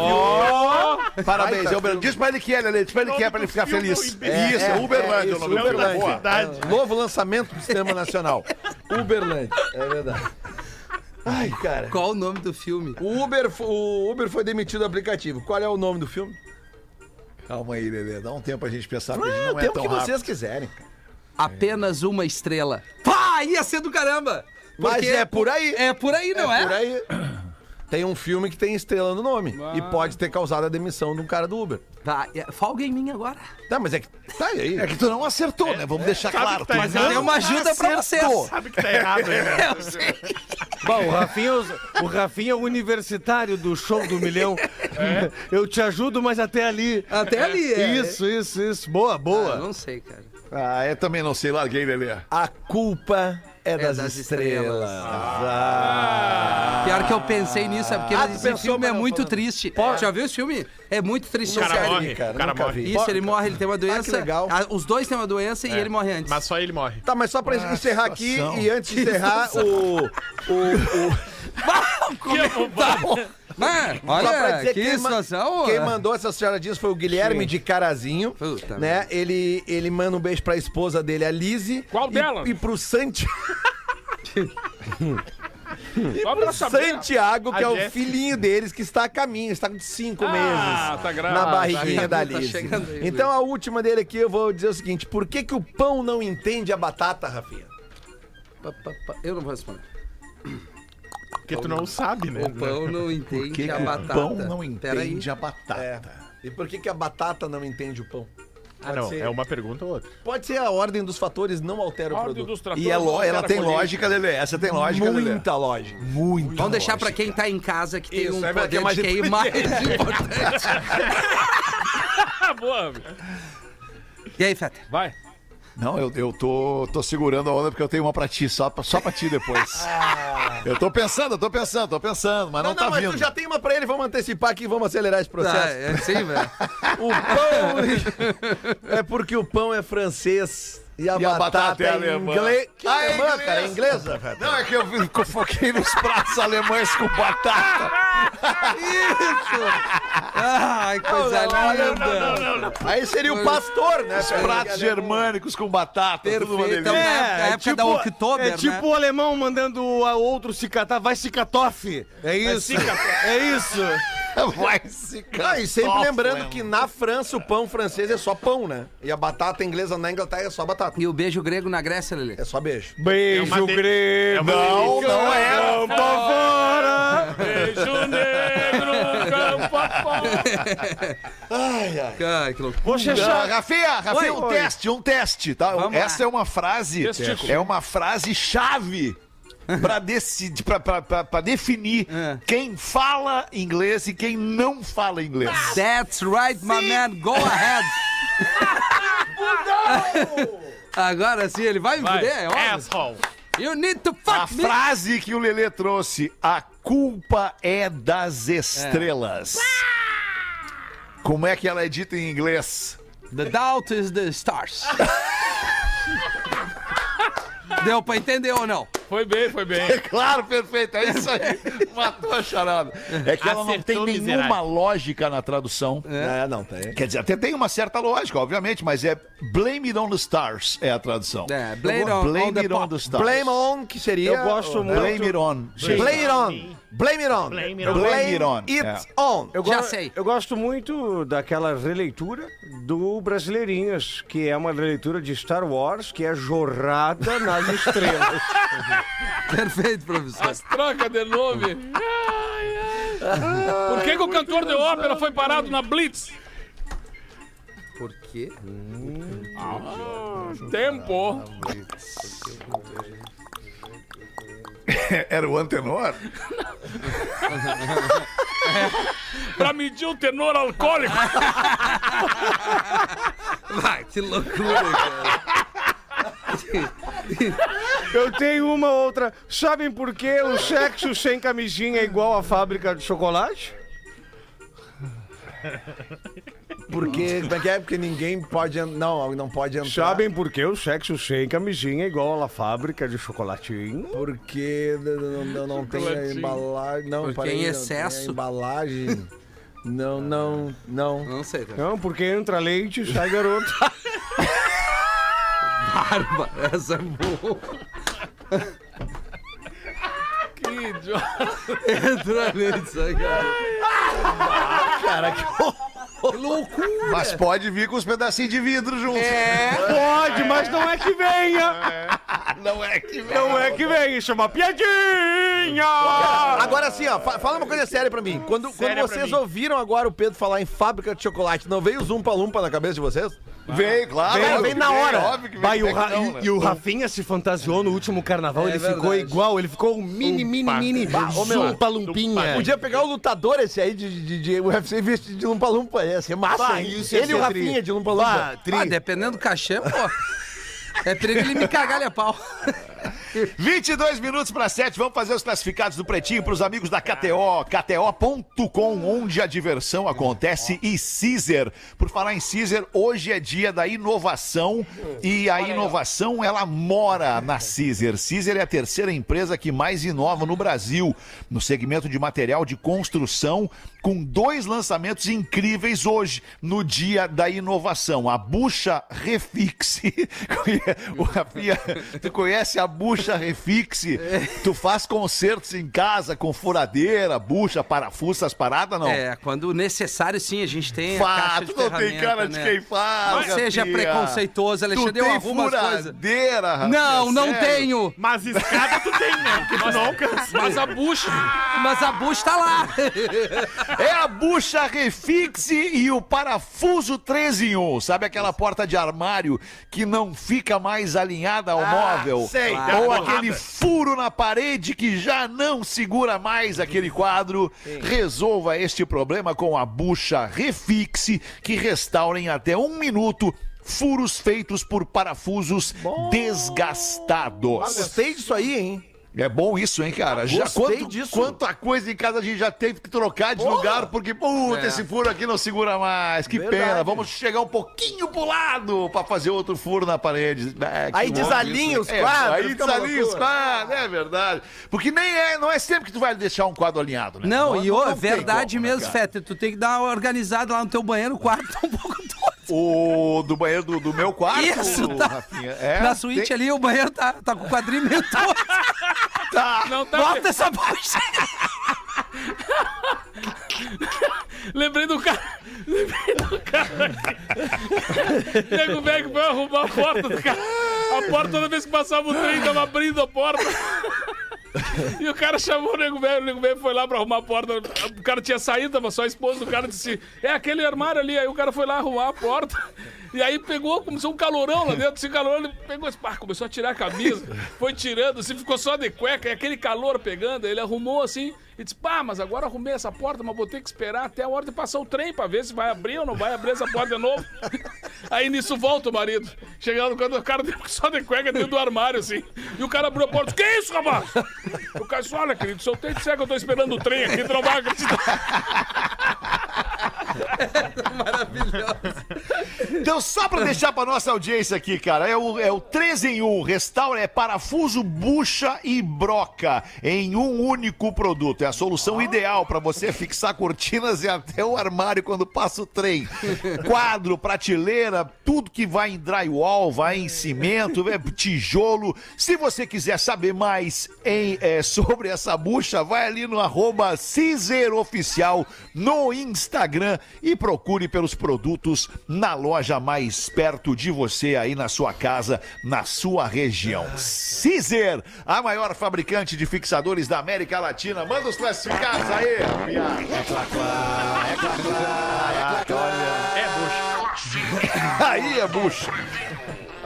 [SPEAKER 3] Parabéns,
[SPEAKER 8] Baita
[SPEAKER 3] é Uber. Diz pra ele que é, Lelê. Diz pra ele que é, pra ele ficar feliz.
[SPEAKER 8] É,
[SPEAKER 3] isso, é
[SPEAKER 8] é,
[SPEAKER 3] Uberlândia
[SPEAKER 8] é
[SPEAKER 3] o nome do
[SPEAKER 8] isso, Uberlândia.
[SPEAKER 3] filme. Boa.
[SPEAKER 8] filme. Novo lançamento do cinema nacional. Uberlândia, é verdade. Ai, cara.
[SPEAKER 5] Qual o nome do filme?
[SPEAKER 8] O Uber, fo- o Uber foi demitido do aplicativo. Qual é o nome do filme?
[SPEAKER 3] Calma aí, Lelê. Dá um tempo pra gente pensar, porque a gente
[SPEAKER 8] Ah, o
[SPEAKER 3] não é
[SPEAKER 8] tempo
[SPEAKER 3] tão
[SPEAKER 8] que
[SPEAKER 3] rápido.
[SPEAKER 8] vocês quiserem. cara.
[SPEAKER 5] Apenas uma estrela. Pá, ia ser do caramba!
[SPEAKER 8] Mas
[SPEAKER 5] Porque
[SPEAKER 8] é por aí.
[SPEAKER 5] É por aí, não é?
[SPEAKER 8] Por aí. Tem um filme que tem estrela no nome. E pode ter causado a demissão de um cara do Uber.
[SPEAKER 5] Tá, é, folga em mim agora.
[SPEAKER 8] Tá, mas é que. Tá aí.
[SPEAKER 3] É que tu não acertou, né? Vamos deixar claro.
[SPEAKER 7] que tá
[SPEAKER 3] Tu
[SPEAKER 5] Mas eu dei uma ajuda pra vocês.
[SPEAKER 7] Sabe que tá errado, né?
[SPEAKER 5] Eu sei.
[SPEAKER 6] Bom, o Rafinha, é o- o Rafinha é o universitário do show do milhão.
[SPEAKER 9] É.
[SPEAKER 6] Eu te ajudo, mas até ali.
[SPEAKER 5] Até ali, é.
[SPEAKER 6] Isso, isso, isso. Boa,
[SPEAKER 5] Ah,
[SPEAKER 6] boa.
[SPEAKER 5] não sei, cara.
[SPEAKER 3] Ah, eu também não sei. Larguei, Lelê.
[SPEAKER 8] A culpa é, das,
[SPEAKER 5] das
[SPEAKER 8] estrelas.
[SPEAKER 5] estrelas.
[SPEAKER 8] Ah.
[SPEAKER 5] Pior que eu pensei nisso, é porque
[SPEAKER 8] Ah, tu
[SPEAKER 5] esse
[SPEAKER 8] pensou,
[SPEAKER 5] filme é
[SPEAKER 8] mas não
[SPEAKER 5] muito
[SPEAKER 8] falou.
[SPEAKER 5] triste. Já viu esse filme? É muito triste.
[SPEAKER 7] O cara
[SPEAKER 5] cara.
[SPEAKER 7] morre,
[SPEAKER 8] cara,
[SPEAKER 7] o cara
[SPEAKER 8] nunca
[SPEAKER 7] morre.
[SPEAKER 8] vi.
[SPEAKER 5] Isso, ele morre, ele tem uma doença.
[SPEAKER 8] legal.
[SPEAKER 5] Ah, os dois têm uma doença e ele morre antes.
[SPEAKER 7] Mas só ele morre.
[SPEAKER 8] Tá, mas só pra encerrar aqui
[SPEAKER 3] situação.
[SPEAKER 8] e antes de encerrar, o. o, o
[SPEAKER 5] Mas,
[SPEAKER 8] só pra
[SPEAKER 5] olha,
[SPEAKER 8] dizer
[SPEAKER 5] É, que
[SPEAKER 8] quem ma-
[SPEAKER 5] situação.
[SPEAKER 8] Quem mandou essas charadinhas foi o Guilherme de Carazinho.
[SPEAKER 5] Puta
[SPEAKER 8] né? Ele, ele manda um beijo pra esposa dele, a Lise.
[SPEAKER 4] Qual
[SPEAKER 8] e,
[SPEAKER 4] delas?
[SPEAKER 8] E pro Santi-
[SPEAKER 4] Só pra saber.
[SPEAKER 8] Santiago, que
[SPEAKER 7] A
[SPEAKER 8] é o
[SPEAKER 7] Jéssica.
[SPEAKER 8] filhinho deles, que está a caminho, está com cinco
[SPEAKER 4] Ah,
[SPEAKER 8] meses.
[SPEAKER 4] tá
[SPEAKER 8] na
[SPEAKER 4] grávida.
[SPEAKER 8] barriguinha
[SPEAKER 5] tá
[SPEAKER 8] da
[SPEAKER 5] chegando, tá
[SPEAKER 8] Lise.
[SPEAKER 5] chegando aí,
[SPEAKER 8] então a última dele aqui, eu vou dizer o seguinte: por que, que o pão não entende a batata, Rafinha?
[SPEAKER 5] Pa, pa, pa. Eu não vou responder.
[SPEAKER 7] Porque tu não sabe, né?
[SPEAKER 5] O pão não entende
[SPEAKER 3] Por que, que
[SPEAKER 5] a
[SPEAKER 3] o
[SPEAKER 5] batata.
[SPEAKER 3] pão não
[SPEAKER 5] Pera aí.
[SPEAKER 3] entende a batata?
[SPEAKER 8] É. E por que, que a batata não entende o pão?
[SPEAKER 7] Ah, não.
[SPEAKER 8] ser.
[SPEAKER 7] É uma pergunta ou outra.
[SPEAKER 8] Pode ser a ordem dos fatores, não altera o
[SPEAKER 4] Ordem
[SPEAKER 8] produto.
[SPEAKER 4] dos tratores,
[SPEAKER 3] E é lo- ela
[SPEAKER 4] cara,
[SPEAKER 3] tem
[SPEAKER 4] política.
[SPEAKER 3] lógica, Lelê. Essa tem lógica, Lelê.
[SPEAKER 8] Muita lógica.
[SPEAKER 3] Muito.
[SPEAKER 5] Vamos deixar pra quem tá em casa que tem
[SPEAKER 8] Isso,
[SPEAKER 5] um
[SPEAKER 8] é verdade,
[SPEAKER 5] poder
[SPEAKER 8] que é mais
[SPEAKER 5] de QI mais importante.
[SPEAKER 4] Ah, boa, meu.
[SPEAKER 5] E aí, Feta?
[SPEAKER 4] Vai.
[SPEAKER 3] Não, eu, eu tô, tô segurando a onda porque eu tenho uma pra ti, só pra, só pra ti depois. Eu tô pensando, eu tô pensando, tô pensando, mas não,
[SPEAKER 8] Não, não,
[SPEAKER 3] tá
[SPEAKER 8] mas
[SPEAKER 3] vindo.
[SPEAKER 8] tu já tem uma pra ele, vamos antecipar aqui, vamos acelerar esse
[SPEAKER 5] Tá,
[SPEAKER 8] processo.
[SPEAKER 5] é sim, velho.
[SPEAKER 8] O pão é porque o pão é francês e a,
[SPEAKER 3] E a
[SPEAKER 8] batata,
[SPEAKER 3] batata é
[SPEAKER 8] é
[SPEAKER 3] alemã.
[SPEAKER 8] inglês.
[SPEAKER 3] Que
[SPEAKER 8] ah, é
[SPEAKER 3] alemã,
[SPEAKER 8] alemã, cara, é inglesa. velho.
[SPEAKER 3] Não, é que eu vi- que eu foquei nos pratos alemães com batata.
[SPEAKER 5] Isso! Ai, coisa linda!
[SPEAKER 8] Aí seria o pastor, né?
[SPEAKER 3] Os pratos germânicos com batata, tudo uma
[SPEAKER 5] Perfeito, é uma
[SPEAKER 3] delícia.
[SPEAKER 5] época, época da Oktober,
[SPEAKER 6] é tipo
[SPEAKER 5] né?
[SPEAKER 6] o alemão mandando o outro se catar, vai se catofe. É isso. É isso.
[SPEAKER 3] Vai se
[SPEAKER 8] Ah, e sempre
[SPEAKER 3] Nossa,
[SPEAKER 8] lembrando
[SPEAKER 3] mano.
[SPEAKER 8] que na França o pão francês é só pão, né? E a batata inglesa na Inglaterra é só batata.
[SPEAKER 5] E o beijo grego na Grécia, Lelê?
[SPEAKER 8] É só beijo.
[SPEAKER 6] Beijo,
[SPEAKER 7] É uma de-
[SPEAKER 6] grego.
[SPEAKER 7] É uma delícia.
[SPEAKER 3] não é.
[SPEAKER 6] Campo fora.
[SPEAKER 4] Beijo negro, campo fora.
[SPEAKER 5] Ai, que loucura.
[SPEAKER 6] Poxa,
[SPEAKER 3] Ah,
[SPEAKER 6] chato.
[SPEAKER 3] Rafinha, Rafinha,
[SPEAKER 5] Oi,
[SPEAKER 3] um
[SPEAKER 5] oi.
[SPEAKER 3] teste, um teste, tá?
[SPEAKER 5] Vamos
[SPEAKER 3] Essa é uma frase,
[SPEAKER 4] Testículo.
[SPEAKER 3] é uma frase chave pra decidir, pra- pra- pra pra definir
[SPEAKER 5] É.
[SPEAKER 3] quem fala inglês e quem não fala inglês.
[SPEAKER 5] Ah, That's right, my man, go ahead! Agora sim, ele vai me
[SPEAKER 7] Vai.
[SPEAKER 5] fuder, é óbvio.
[SPEAKER 7] Asshole.
[SPEAKER 5] You need to
[SPEAKER 3] A
[SPEAKER 5] fuck me!
[SPEAKER 3] frase que o Lelê trouxe, a culpa é das estrelas. Como é que ela é dita em inglês?
[SPEAKER 5] The doubt is the stars. Deu pra entender ou não?
[SPEAKER 4] Foi bem, foi bem.
[SPEAKER 3] É claro, perfeito, é isso aí. Matou a charada. É que ela não
[SPEAKER 7] Acertou,
[SPEAKER 3] tem
[SPEAKER 7] miserável.
[SPEAKER 3] nenhuma lógica na tradução.
[SPEAKER 8] É, não, tem.
[SPEAKER 3] Quer dizer, até tem uma certa lógica, obviamente, mas é Blame It on the Stars é a tradução.
[SPEAKER 5] É, blame it on- on the
[SPEAKER 3] Blame It on
[SPEAKER 5] pop.
[SPEAKER 3] the Stars.
[SPEAKER 8] Blame on, que seria...
[SPEAKER 6] Eu gosto muito.
[SPEAKER 3] Blame It on.
[SPEAKER 8] Blame it on. Blame it on.
[SPEAKER 7] Blame it on.
[SPEAKER 3] Blame it on.
[SPEAKER 8] It
[SPEAKER 3] É.
[SPEAKER 8] on.
[SPEAKER 6] Eu
[SPEAKER 5] Já
[SPEAKER 6] go-
[SPEAKER 5] sei.
[SPEAKER 6] Eu gosto muito daquela releitura do Brasileirinhas, que é uma releitura de Star Wars, que é Jorrada nas Estrelas.
[SPEAKER 5] Perfeito, professor.
[SPEAKER 4] As trocas de nome. Ai, ai. Por que, que o cantor de ópera foi parado na Blitz?
[SPEAKER 5] Por quê?
[SPEAKER 4] Tempo.
[SPEAKER 3] Era o antenor?
[SPEAKER 4] Pra medir o tenor alcoólico.
[SPEAKER 5] Vai, que loucura, cara.
[SPEAKER 9] Eu tenho uma outra. Sabem por que o sexo sem camisinha é igual à fábrica de chocolate?
[SPEAKER 8] Porque, como é que é? Porque ninguém pode. en- Não, não pode entrar.
[SPEAKER 9] Sabem por que o sexo sem camisinha é igual à fábrica de chocolatinho?
[SPEAKER 8] Porque não, não, não- não tem a
[SPEAKER 4] Chocolatinho.
[SPEAKER 8] embalagem. Não,
[SPEAKER 5] Porque
[SPEAKER 8] peraí,
[SPEAKER 5] em
[SPEAKER 8] não tem a
[SPEAKER 5] excesso.
[SPEAKER 8] embalagem. Não, não, não.
[SPEAKER 5] Não sei, tá cara.
[SPEAKER 9] Não, porque entra leite e sai garoto.
[SPEAKER 5] Barba, essa é boa.
[SPEAKER 4] Que idiota.
[SPEAKER 5] Entra nisso aí, cara.
[SPEAKER 8] Cara, que
[SPEAKER 5] Que loucura.
[SPEAKER 3] Mas pode vir com os pedacinhos de vidro junto.
[SPEAKER 5] É.
[SPEAKER 9] Pode, mas não é que venha!
[SPEAKER 3] Não é que
[SPEAKER 9] Não é que venha, isso é uma piadinha!
[SPEAKER 8] Agora sim, ó, fa- fala uma coisa séria pra mim. Quando,
[SPEAKER 7] Séria
[SPEAKER 8] quando
[SPEAKER 7] pra
[SPEAKER 8] vocês
[SPEAKER 7] mim.
[SPEAKER 8] ouviram agora o Pedro falar em fábrica de chocolate, não veio zumpa lumpa na cabeça de vocês?
[SPEAKER 3] Vem, claro.
[SPEAKER 8] Vem,
[SPEAKER 3] óbvio
[SPEAKER 8] vem
[SPEAKER 3] que
[SPEAKER 8] na hora.
[SPEAKER 3] É Óbvio que vem.
[SPEAKER 9] Vai,
[SPEAKER 3] como
[SPEAKER 9] o
[SPEAKER 3] é que
[SPEAKER 9] Ra-
[SPEAKER 3] não,
[SPEAKER 9] e,
[SPEAKER 3] né?
[SPEAKER 9] e o Rafinha se fantasiou no último carnaval,
[SPEAKER 5] É
[SPEAKER 9] ele ficou
[SPEAKER 5] verdade.
[SPEAKER 9] igual, ele ficou um mini, mini, mini
[SPEAKER 8] ô, meu,
[SPEAKER 9] zumpa lumpinha.
[SPEAKER 8] Podia pegar o lutador esse aí de, de, de UFC vestido de lumpa lumpa. Ia ser massa,
[SPEAKER 6] Bah,
[SPEAKER 8] hein?
[SPEAKER 6] isso ia
[SPEAKER 8] Ele e o
[SPEAKER 6] ser tri.
[SPEAKER 8] Rafinha de lumpa lumpa.
[SPEAKER 5] Ah, dependendo do cachê, pô. É perigo ele me cagar a pau.
[SPEAKER 3] 22 minutos para 7, vamos fazer os classificados do Pretinho para os amigos da KTO, kto.com, onde a diversão acontece e Caesar. Por falar em Caesar, hoje é dia da inovação e a inovação ela mora na Caesar. Caesar é a terceira empresa que mais inova no Brasil no segmento de material de construção, com dois lançamentos incríveis hoje no dia da inovação. A bucha refixe. o Rafinha, tu conhece a bucha refixe? Tu faz concertos em casa com furadeira, bucha, parafuso, essas paradas, não?
[SPEAKER 5] É, quando necessário, sim, a gente tem a caixa de
[SPEAKER 3] Fato, não tem
[SPEAKER 5] ferramenta,
[SPEAKER 3] cara de
[SPEAKER 5] né?
[SPEAKER 3] quem faz.
[SPEAKER 5] Não seja
[SPEAKER 3] Rafinha.
[SPEAKER 5] preconceitoso,
[SPEAKER 3] Tu
[SPEAKER 5] Alexandre, eu
[SPEAKER 3] tem
[SPEAKER 5] arrumo as coisas.
[SPEAKER 3] furadeira, Rafinha,
[SPEAKER 5] Não, não
[SPEAKER 3] É sério.
[SPEAKER 5] tenho.
[SPEAKER 7] Mas escada tu tem, né? Porque tu não alcança.
[SPEAKER 4] Mas a bucha.
[SPEAKER 5] Mas a bucha tá lá.
[SPEAKER 3] É a bucha refixe e o parafuso 13 em 1. Sabe aquela porta de armário que não fica mais alinhada ao móvel?
[SPEAKER 7] sei, dá
[SPEAKER 3] Ou
[SPEAKER 7] uma
[SPEAKER 3] aquele furo na parede que já não segura mais aquele quadro? Resolva este problema com a bucha refixe que restaura em até um minuto furos feitos por parafusos desgastados.
[SPEAKER 8] Gostei disso aí, hein?
[SPEAKER 3] É bom isso, hein, cara? Já
[SPEAKER 8] Gostei
[SPEAKER 3] quanto,
[SPEAKER 8] disso.
[SPEAKER 3] Quanta coisa em casa a gente já teve que trocar de lugar, porque, puta,
[SPEAKER 5] É.
[SPEAKER 3] esse furo aqui não segura mais. Que
[SPEAKER 8] Verdade.
[SPEAKER 3] pena. Vamos chegar um pouquinho pro lado pra fazer outro furo na parede. É, que
[SPEAKER 8] Aí
[SPEAKER 3] bom.
[SPEAKER 8] desalinha os
[SPEAKER 3] É,
[SPEAKER 8] quadros.
[SPEAKER 3] Aí
[SPEAKER 8] fica uma
[SPEAKER 3] desalinha os
[SPEAKER 8] loucura.
[SPEAKER 3] quadros, é verdade. Porque nem é, não é sempre que tu vai deixar um quadro alinhado, né?
[SPEAKER 5] Não, e ô, é
[SPEAKER 3] tem
[SPEAKER 5] verdade
[SPEAKER 3] como, né,
[SPEAKER 5] mesmo,
[SPEAKER 3] cara?
[SPEAKER 5] Feta. Tu tem que dar uma organizada lá no teu banheiro, o quarto tá um pouco todo.
[SPEAKER 3] O do banheiro do, do meu quarto,
[SPEAKER 5] Isso, tá.
[SPEAKER 3] Rafinha. É,
[SPEAKER 5] Na suíte
[SPEAKER 3] tem- Tá
[SPEAKER 5] ali, o banheiro tá, tá com o quadrinho meio todo.
[SPEAKER 4] Não tá.
[SPEAKER 5] Bota essa bucha.
[SPEAKER 4] Lembrei do cara. Lembrei do cara. que- Nego velho que foi arrumar a porta do cara. A porta, toda vez que passava o trem, tava abrindo a porta. E o cara chamou o nego velho, o nego velho foi lá pra arrumar a porta. O cara tinha saído, tava só a esposa do cara disse: É aquele armário ali. Aí o cara foi lá arrumar a porta. E aí pegou, começou um calorão lá dentro. Esse calorão, ele pegou, pá, começou a tirar a camisa, foi tirando, assim, ficou só de cueca. E aquele calor pegando, ele arrumou assim e disse: Pá, mas agora arrumei essa porta, mas vou ter que esperar até a hora de passar o trem pra ver se vai abrir ou não vai abrir essa porta de novo. Aí nisso volta o marido. Chegando quando o cara só de cueca dentro do armário, assim. E o cara abriu a porta: Que isso, rapaz? O cara disse, olha, querido, se eu te disser que eu tô esperando o trem aqui, tu não vai acreditar.
[SPEAKER 3] Então, só pra deixar pra nossa audiência aqui, cara, é o, é o 3 em 1. Restaura é parafuso, bucha e broca em um único produto. É a solução ideal pra você fixar cortinas e até o armário quando passa o trem. Quadro, prateleira, tudo que vai em drywall, vai em cimento, é tijolo. Se você quiser saber mais em, é, sobre essa bucha, vai ali no arroba CizerOficial no Instagram e procure pelos produtos na loja mais perto de você, aí na sua casa, na sua região. Cizer, a maior fabricante de fixadores da América Latina. Manda os classificados aí, piada. Aí é bucha.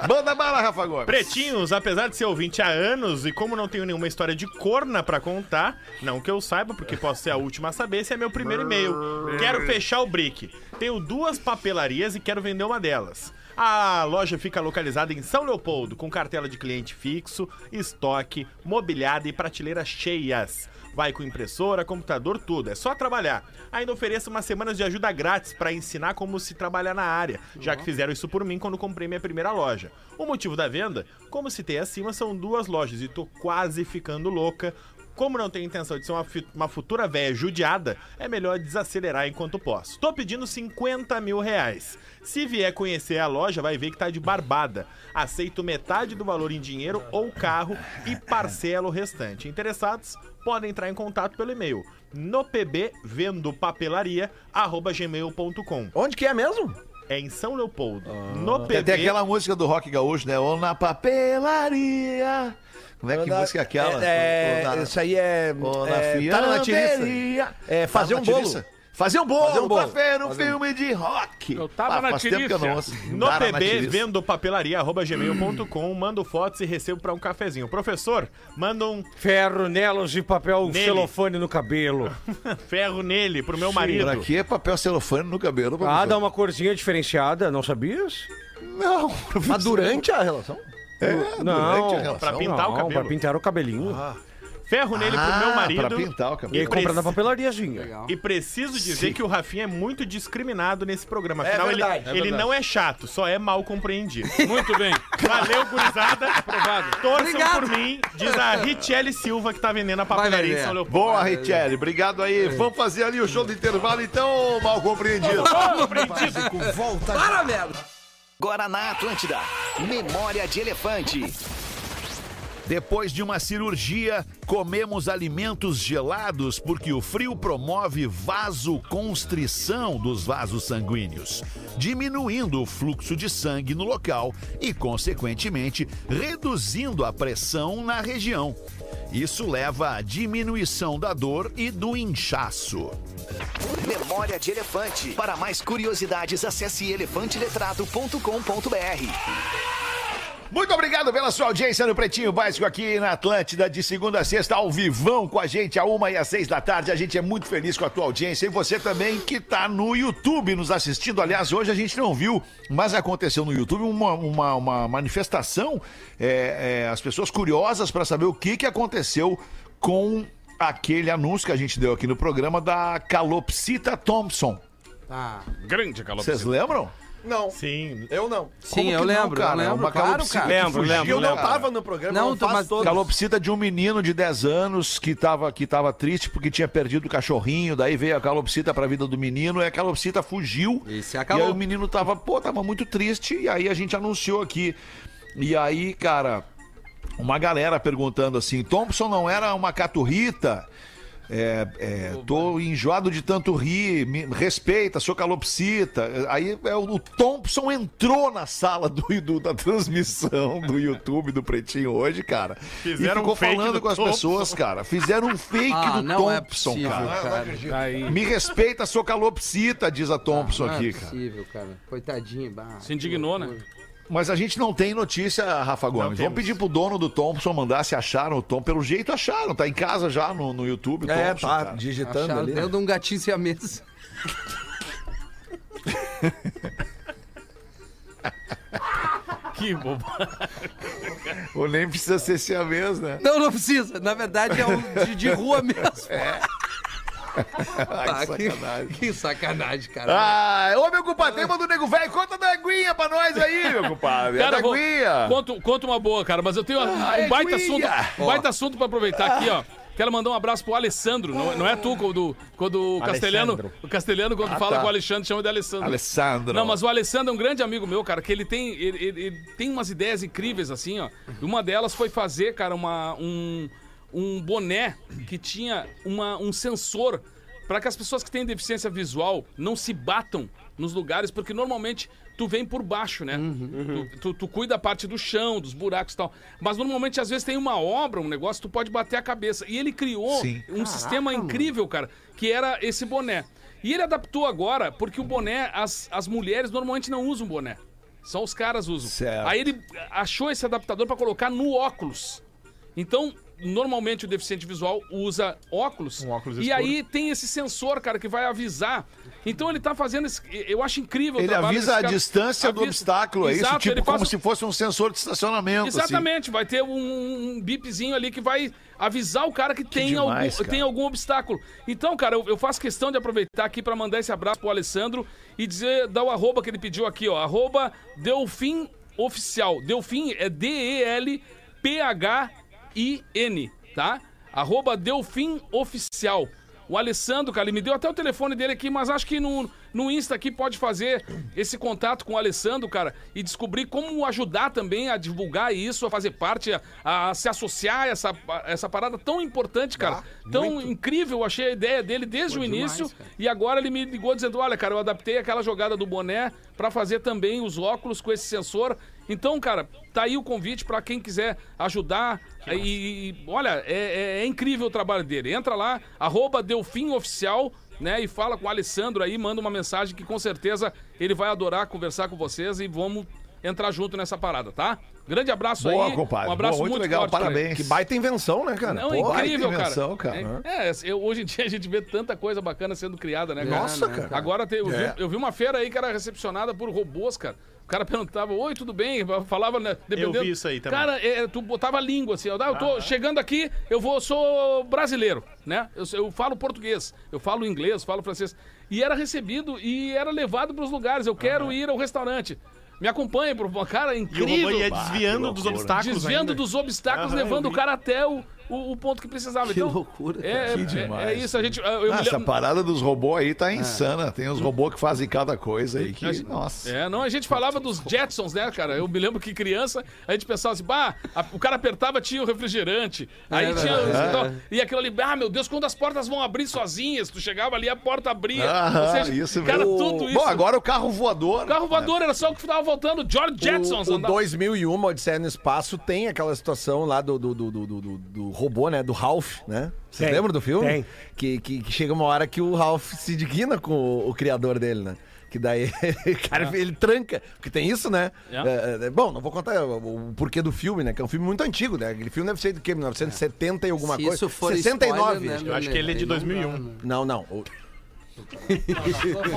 [SPEAKER 3] Manda bala, Rafa Gomes.
[SPEAKER 7] Pretinhos, apesar de ser ouvinte há anos e como não tenho nenhuma história de corna pra contar, não que eu saiba, porque posso ser a última a saber, esse é meu primeiro e-mail. Quero fechar o brick. Tenho duas papelarias e quero vender uma delas. A loja fica localizada em São Leopoldo, com cartela de cliente fixo, estoque, mobiliada e prateleiras cheias. Vai com impressora, computador, tudo. É só trabalhar. Ainda ofereço umas semanas de ajuda grátis pra ensinar como se trabalhar na área, já que fizeram isso por mim quando comprei minha primeira loja. O motivo da venda, como citei acima, são duas lojas e tô quase ficando louca. Como não tenho intenção de ser uma, fi- uma futura véia judiada, é melhor desacelerar enquanto posso. Tô pedindo 50 mil reais. Se vier conhecer a loja, vai ver que tá de barbada. Aceito metade do valor em dinheiro ou carro e parcelo o restante. Interessados, podem entrar em contato pelo e-mail no gmail.com.
[SPEAKER 8] Onde que é mesmo?
[SPEAKER 7] É em São Leopoldo. No
[SPEAKER 3] Ah. Tem até
[SPEAKER 7] pb.
[SPEAKER 3] aquela música do rock gaúcho, né? Ou na papelaria. Como é que
[SPEAKER 8] Na-
[SPEAKER 3] música é aquela?
[SPEAKER 8] É,
[SPEAKER 3] Ou- ou na-
[SPEAKER 8] isso aí é.
[SPEAKER 3] ou na
[SPEAKER 8] é tá na tiriça.
[SPEAKER 3] fianderia.
[SPEAKER 8] É, fazer
[SPEAKER 3] Tá
[SPEAKER 8] um
[SPEAKER 3] na
[SPEAKER 8] bolo.
[SPEAKER 3] tiriça? Fazer um bolo,
[SPEAKER 8] Fazer um bolo.
[SPEAKER 3] pra ver um filme de rock. Ah,
[SPEAKER 4] Eu tava na
[SPEAKER 3] faz tempo que eu
[SPEAKER 4] tiriça.
[SPEAKER 3] não ouço.
[SPEAKER 7] No
[SPEAKER 3] Tá na
[SPEAKER 7] pb,
[SPEAKER 3] tiriça.
[SPEAKER 7] vendo papelaria.gmail.com, mando fotos e recebo pra um cafezinho. Professor, manda um
[SPEAKER 9] Ferro nelos e papel
[SPEAKER 7] Nele.
[SPEAKER 9] celofane no cabelo.
[SPEAKER 7] ferro nele pro meu
[SPEAKER 3] Pra
[SPEAKER 7] marido.
[SPEAKER 3] que papel celofane no cabelo?
[SPEAKER 9] Ah,
[SPEAKER 3] professor?
[SPEAKER 9] dá uma corzinha diferenciada, não sabias?
[SPEAKER 3] Não,
[SPEAKER 8] Mas durante a relação?
[SPEAKER 3] É, durante a
[SPEAKER 9] não,
[SPEAKER 3] relação.
[SPEAKER 7] pra
[SPEAKER 6] tá
[SPEAKER 7] pintar o
[SPEAKER 9] Não,
[SPEAKER 7] cabelo.
[SPEAKER 9] pra pintar o cabelinho.
[SPEAKER 6] Ah.
[SPEAKER 7] Ferro nele pro meu
[SPEAKER 3] Ah,
[SPEAKER 7] marido.
[SPEAKER 3] pra pintar o cabelo.
[SPEAKER 9] E aí compra
[SPEAKER 7] Preci-
[SPEAKER 9] na papelariazinha.
[SPEAKER 7] E preciso dizer que o Rafinha é muito discriminado nesse programa. Afinal,
[SPEAKER 8] verdade,
[SPEAKER 7] ele, ele não é chato, só é mal compreendido.
[SPEAKER 4] Muito bem.
[SPEAKER 7] Valeu, gurizada. Aprovado. Torçam por mim, diz a Richelle Silva, que tá vendendo a papelaria em
[SPEAKER 5] vender.
[SPEAKER 7] São Leopoldo.
[SPEAKER 3] Boa, Richelle. Obrigado aí. Vamos fazer ali o show do intervalo, então, mal compreendido.
[SPEAKER 1] Básico volta já.
[SPEAKER 5] Para, velho!
[SPEAKER 1] Agora na Atlântida. Memória de elefante.
[SPEAKER 3] Depois de uma cirurgia, comemos alimentos gelados porque o frio promove vasoconstrição dos vasos sanguíneos, diminuindo o fluxo de sangue no local e, consequentemente, reduzindo a pressão na região. Isso leva à diminuição da dor e do inchaço.
[SPEAKER 1] Memória de elefante. Para mais curiosidades, acesse elefanteletrado.com.br.
[SPEAKER 3] Muito obrigado pela sua audiência no Pretinho Básico aqui na Atlântida, de segunda a sexta, ao vivão com a gente, a uma e às seis da tarde. A gente é muito feliz com a tua audiência e você também que tá no YouTube nos assistindo. Aliás, hoje a gente não viu, mas aconteceu no YouTube uma, uma, uma manifestação, é, é, as pessoas curiosas para saber o que, que aconteceu com aquele anúncio que a gente deu aqui no programa da Calopsita Thompson.
[SPEAKER 4] Grande calor.
[SPEAKER 3] Vocês lembram?
[SPEAKER 8] Não.
[SPEAKER 7] Sim.
[SPEAKER 8] Eu não.
[SPEAKER 5] Sim,
[SPEAKER 3] Como
[SPEAKER 5] eu
[SPEAKER 3] que não,
[SPEAKER 5] lembro,
[SPEAKER 3] cara? É
[SPEAKER 5] eu lembro.
[SPEAKER 3] Uma
[SPEAKER 5] Claro,
[SPEAKER 3] calopsita
[SPEAKER 5] cara.
[SPEAKER 3] que
[SPEAKER 9] Lembro,
[SPEAKER 3] fugiu
[SPEAKER 9] lembro,
[SPEAKER 8] Eu não
[SPEAKER 3] cara.
[SPEAKER 8] tava no programa,
[SPEAKER 5] Não,
[SPEAKER 8] não, faço
[SPEAKER 5] mas-
[SPEAKER 8] todo.
[SPEAKER 3] Calopsita de um menino de 10 anos que tava, que tava triste porque tinha perdido o cachorrinho, daí veio a calopsita pra vida do menino, e a calopsita fugiu.
[SPEAKER 5] E se
[SPEAKER 3] E
[SPEAKER 5] acabou.
[SPEAKER 3] aí o menino tava, pô, tava muito triste, e aí a gente anunciou aqui. E aí, cara, uma galera perguntando assim, Thompson não era uma caturrita? É, é, tô enjoado de tanto rir, me respeita, sou calopsita. Aí é, o Thompson entrou na sala do, do- da transmissão do YouTube do Pretinho hoje, cara.
[SPEAKER 7] Fizeram
[SPEAKER 3] e ficou
[SPEAKER 7] um fake
[SPEAKER 3] falando
[SPEAKER 7] do
[SPEAKER 3] com as
[SPEAKER 7] Thompson.
[SPEAKER 3] pessoas, cara. Fizeram um fake
[SPEAKER 5] Ah,
[SPEAKER 3] do
[SPEAKER 5] não é
[SPEAKER 3] Thompson,
[SPEAKER 5] possível,
[SPEAKER 3] cara.
[SPEAKER 5] cara.
[SPEAKER 3] Me respeita, sou calopsita, diz a Thompson
[SPEAKER 5] Não
[SPEAKER 3] aqui,
[SPEAKER 5] é
[SPEAKER 3] cara.
[SPEAKER 5] possível, cara. Coitadinho, bah.
[SPEAKER 4] Se indignou, né?
[SPEAKER 3] Mas a gente não tem notícia, Rafa Gomes. Vamos
[SPEAKER 7] temos.
[SPEAKER 3] pedir pro dono do Thompson mandar se acharam o Tom. Pelo jeito acharam, tá em casa já no, no YouTube. o
[SPEAKER 8] É,
[SPEAKER 3] Thompson,
[SPEAKER 8] tá
[SPEAKER 3] cara.
[SPEAKER 8] digitando
[SPEAKER 5] Acharam
[SPEAKER 8] ali.
[SPEAKER 5] dentro de um gatinho siamês.
[SPEAKER 4] Que bobagem.
[SPEAKER 3] Ou nem precisa ser se a vez, né?
[SPEAKER 5] Não, não precisa. Na verdade, é um de, de rua mesmo.
[SPEAKER 3] Ai,
[SPEAKER 5] Tá,
[SPEAKER 3] que
[SPEAKER 5] É. que,
[SPEAKER 3] sacanagem.
[SPEAKER 5] que sacanagem, cara.
[SPEAKER 3] Ah, ô meu compadre, tema do nego velho, conta da aguinha pra nós aí, meu compadre. É
[SPEAKER 4] Cara,
[SPEAKER 3] da
[SPEAKER 4] vou-
[SPEAKER 3] aguinha.
[SPEAKER 4] conto, conto uma boa, cara, mas eu tenho um, um baita
[SPEAKER 3] Ah, aguinha.
[SPEAKER 4] assunto, um baita assunto pra aproveitar aqui, ó. Quero mandar um abraço pro Alessandro, não, não é tu quando, quando o castelhano, o castelhano quando fala
[SPEAKER 3] tá.
[SPEAKER 4] com o Alexandre chama de Alessandro.
[SPEAKER 3] Alessandro.
[SPEAKER 4] Não, mas o Alessandro é um grande amigo meu, cara, que ele tem, ele, ele- ele tem umas ideias incríveis, assim, ó. Uma delas foi fazer, cara, uma, um, um boné que tinha uma, um sensor para que as pessoas que têm deficiência visual não se batam nos lugares, porque normalmente tu vem por baixo, né? Tu, tu- tu cuida a parte do chão, dos buracos e tal. Mas normalmente, às vezes, tem uma obra, um negócio, tu pode bater a cabeça. E ele criou
[SPEAKER 3] Sim.
[SPEAKER 4] um sistema incrível, cara, que era esse boné. E ele adaptou agora, porque o boné, as, as mulheres normalmente não usam boné. Só os caras usam.
[SPEAKER 3] Certo.
[SPEAKER 4] Aí ele achou esse adaptador pra colocar no óculos. Então, normalmente o deficiente visual usa óculos.
[SPEAKER 7] Um óculos
[SPEAKER 4] e
[SPEAKER 7] escuro.
[SPEAKER 4] aí tem esse sensor, cara, que vai avisar. Então ele tá fazendo esse. Eu acho incrível o
[SPEAKER 3] Ele
[SPEAKER 4] trabalho
[SPEAKER 3] avisa
[SPEAKER 4] desse
[SPEAKER 3] a
[SPEAKER 4] cara.
[SPEAKER 3] distância do
[SPEAKER 4] Avisa-
[SPEAKER 3] obstáculo, é isso?
[SPEAKER 4] Exato,
[SPEAKER 3] Tipo
[SPEAKER 4] ele
[SPEAKER 3] como
[SPEAKER 4] faz-
[SPEAKER 3] se fosse um sensor de estacionamento. assim.
[SPEAKER 4] Exatamente, vai ter um, um bipzinho ali que vai avisar o cara que, tem,
[SPEAKER 3] demais,
[SPEAKER 4] algum,
[SPEAKER 3] cara.
[SPEAKER 4] tem algum obstáculo. Então, cara, eu, eu faço questão de aproveitar aqui pra mandar esse abraço pro Alessandro e dizer, dar o arroba que ele pediu aqui, ó. Arroba Delfim Oficial. Delfim é D-E-L-P-H-I-N, tá? Arroba Delfim Oficial. O Alessandro, cara, ele me deu até o telefone dele aqui, mas acho que no, no Insta aqui pode fazer esse contato com o Alessandro, cara, e descobrir como ajudar também a divulgar isso, a fazer parte, a, a se associar a essa, a essa parada tão importante, cara. tão incrível, eu achei a ideia dele desde o início. e agora ele me ligou dizendo: olha, cara, eu adaptei aquela jogada do boné pra fazer também os óculos com esse sensor. Então, cara, tá aí o convite pra quem quiser ajudar. E, e- olha, é, é- é incrível o trabalho dele. Entra lá, arroba Delfim Oficial, né? E fala com o Alessandro aí, manda uma mensagem que com certeza ele vai adorar conversar com vocês e vamos entrar junto nessa parada, tá? Grande abraço
[SPEAKER 3] Boa,
[SPEAKER 4] aí.
[SPEAKER 3] compadre.
[SPEAKER 4] Um abraço
[SPEAKER 3] Boa, muito
[SPEAKER 4] muito
[SPEAKER 3] legal,
[SPEAKER 4] forte pra ele.
[SPEAKER 3] parabéns.
[SPEAKER 8] Que baita invenção, né, cara?
[SPEAKER 4] Não, é
[SPEAKER 8] Pô,
[SPEAKER 4] incrível,
[SPEAKER 3] baita invenção,
[SPEAKER 4] cara.
[SPEAKER 3] cara.
[SPEAKER 4] É, é, eu- hoje em dia a gente vê tanta coisa bacana sendo criada, né?
[SPEAKER 8] Nossa, cara.
[SPEAKER 4] Agora tem- eu, vi,
[SPEAKER 8] É.
[SPEAKER 4] eu vi uma feira aí que era recepcionada por robôs, cara. O cara perguntava, oi, tudo bem? Falava, né? Dependendo...
[SPEAKER 7] vi isso aí também.
[SPEAKER 4] Cara, é, tu botava a língua assim, ó, ah, eu tô chegando aqui, eu vou, sou brasileiro, né? Eu, sou- eu falo português, eu falo inglês, falo francês. E era recebido e era levado pros lugares. Eu quero ir ao restaurante. Me acompanhe, pro cara, é
[SPEAKER 7] E o
[SPEAKER 4] incrível.
[SPEAKER 7] robô ia
[SPEAKER 4] cara.
[SPEAKER 7] desviando dos obstáculos
[SPEAKER 4] Desviando
[SPEAKER 7] ainda.
[SPEAKER 4] dos obstáculos,
[SPEAKER 7] Aham, eu
[SPEAKER 4] levando o
[SPEAKER 7] vi.
[SPEAKER 4] cara até o, o, o ponto que precisava.
[SPEAKER 5] Que
[SPEAKER 4] então,
[SPEAKER 5] loucura, cara.
[SPEAKER 4] É, é-
[SPEAKER 3] demais.
[SPEAKER 4] é isso, a gente. Eu, eu
[SPEAKER 3] Ah,
[SPEAKER 4] me
[SPEAKER 3] essa
[SPEAKER 4] lembro-
[SPEAKER 3] parada dos robôs aí tá insana. Tem uns robôs que fazem cada coisa aí que. Nossa.
[SPEAKER 4] É, não, a gente falava dos Jetsons, né, cara? Eu me lembro que criança, a gente pensava assim, bah, a- o cara apertava, tinha o refrigerante, aí
[SPEAKER 5] É,
[SPEAKER 4] tinha.
[SPEAKER 5] é,
[SPEAKER 4] então, e aquilo ali, ah, meu Deus, quando as portas vão abrir sozinhas, tu chegava ali, a porta abria.
[SPEAKER 3] Aham,
[SPEAKER 4] Ou seja,
[SPEAKER 3] isso
[SPEAKER 4] cara,
[SPEAKER 3] mesmo.
[SPEAKER 4] tudo isso.
[SPEAKER 3] Bom, agora o carro voador.
[SPEAKER 4] O carro voador era só o que tava voltando, George Jetsons.
[SPEAKER 8] O, o
[SPEAKER 4] andava-
[SPEAKER 8] 2001, Odisseia no Espaço, tem aquela situação lá do, do, do, do, do- do robô, né? Do Ralph, né? Vocês
[SPEAKER 6] Tem,
[SPEAKER 8] lembram do filme?
[SPEAKER 6] tem.
[SPEAKER 8] Que, que, que chega uma hora que o Ralph se digna com o, o criador dele, né? Que daí, cara, ele tranca. Porque tem isso, né? É, é, bom, não vou contar o, o porquê do filme, né? Que é um filme muito antigo, né? Aquele filme deve ser do quê? 1970 e alguma
[SPEAKER 5] Se
[SPEAKER 8] coisa.
[SPEAKER 5] isso for
[SPEAKER 8] 69.
[SPEAKER 5] spoiler,
[SPEAKER 8] acho.
[SPEAKER 5] né,
[SPEAKER 7] Eu acho que ele é de
[SPEAKER 5] aí não dá,
[SPEAKER 7] 2001.
[SPEAKER 5] né?
[SPEAKER 8] Não, não. O-
[SPEAKER 4] Acho que é do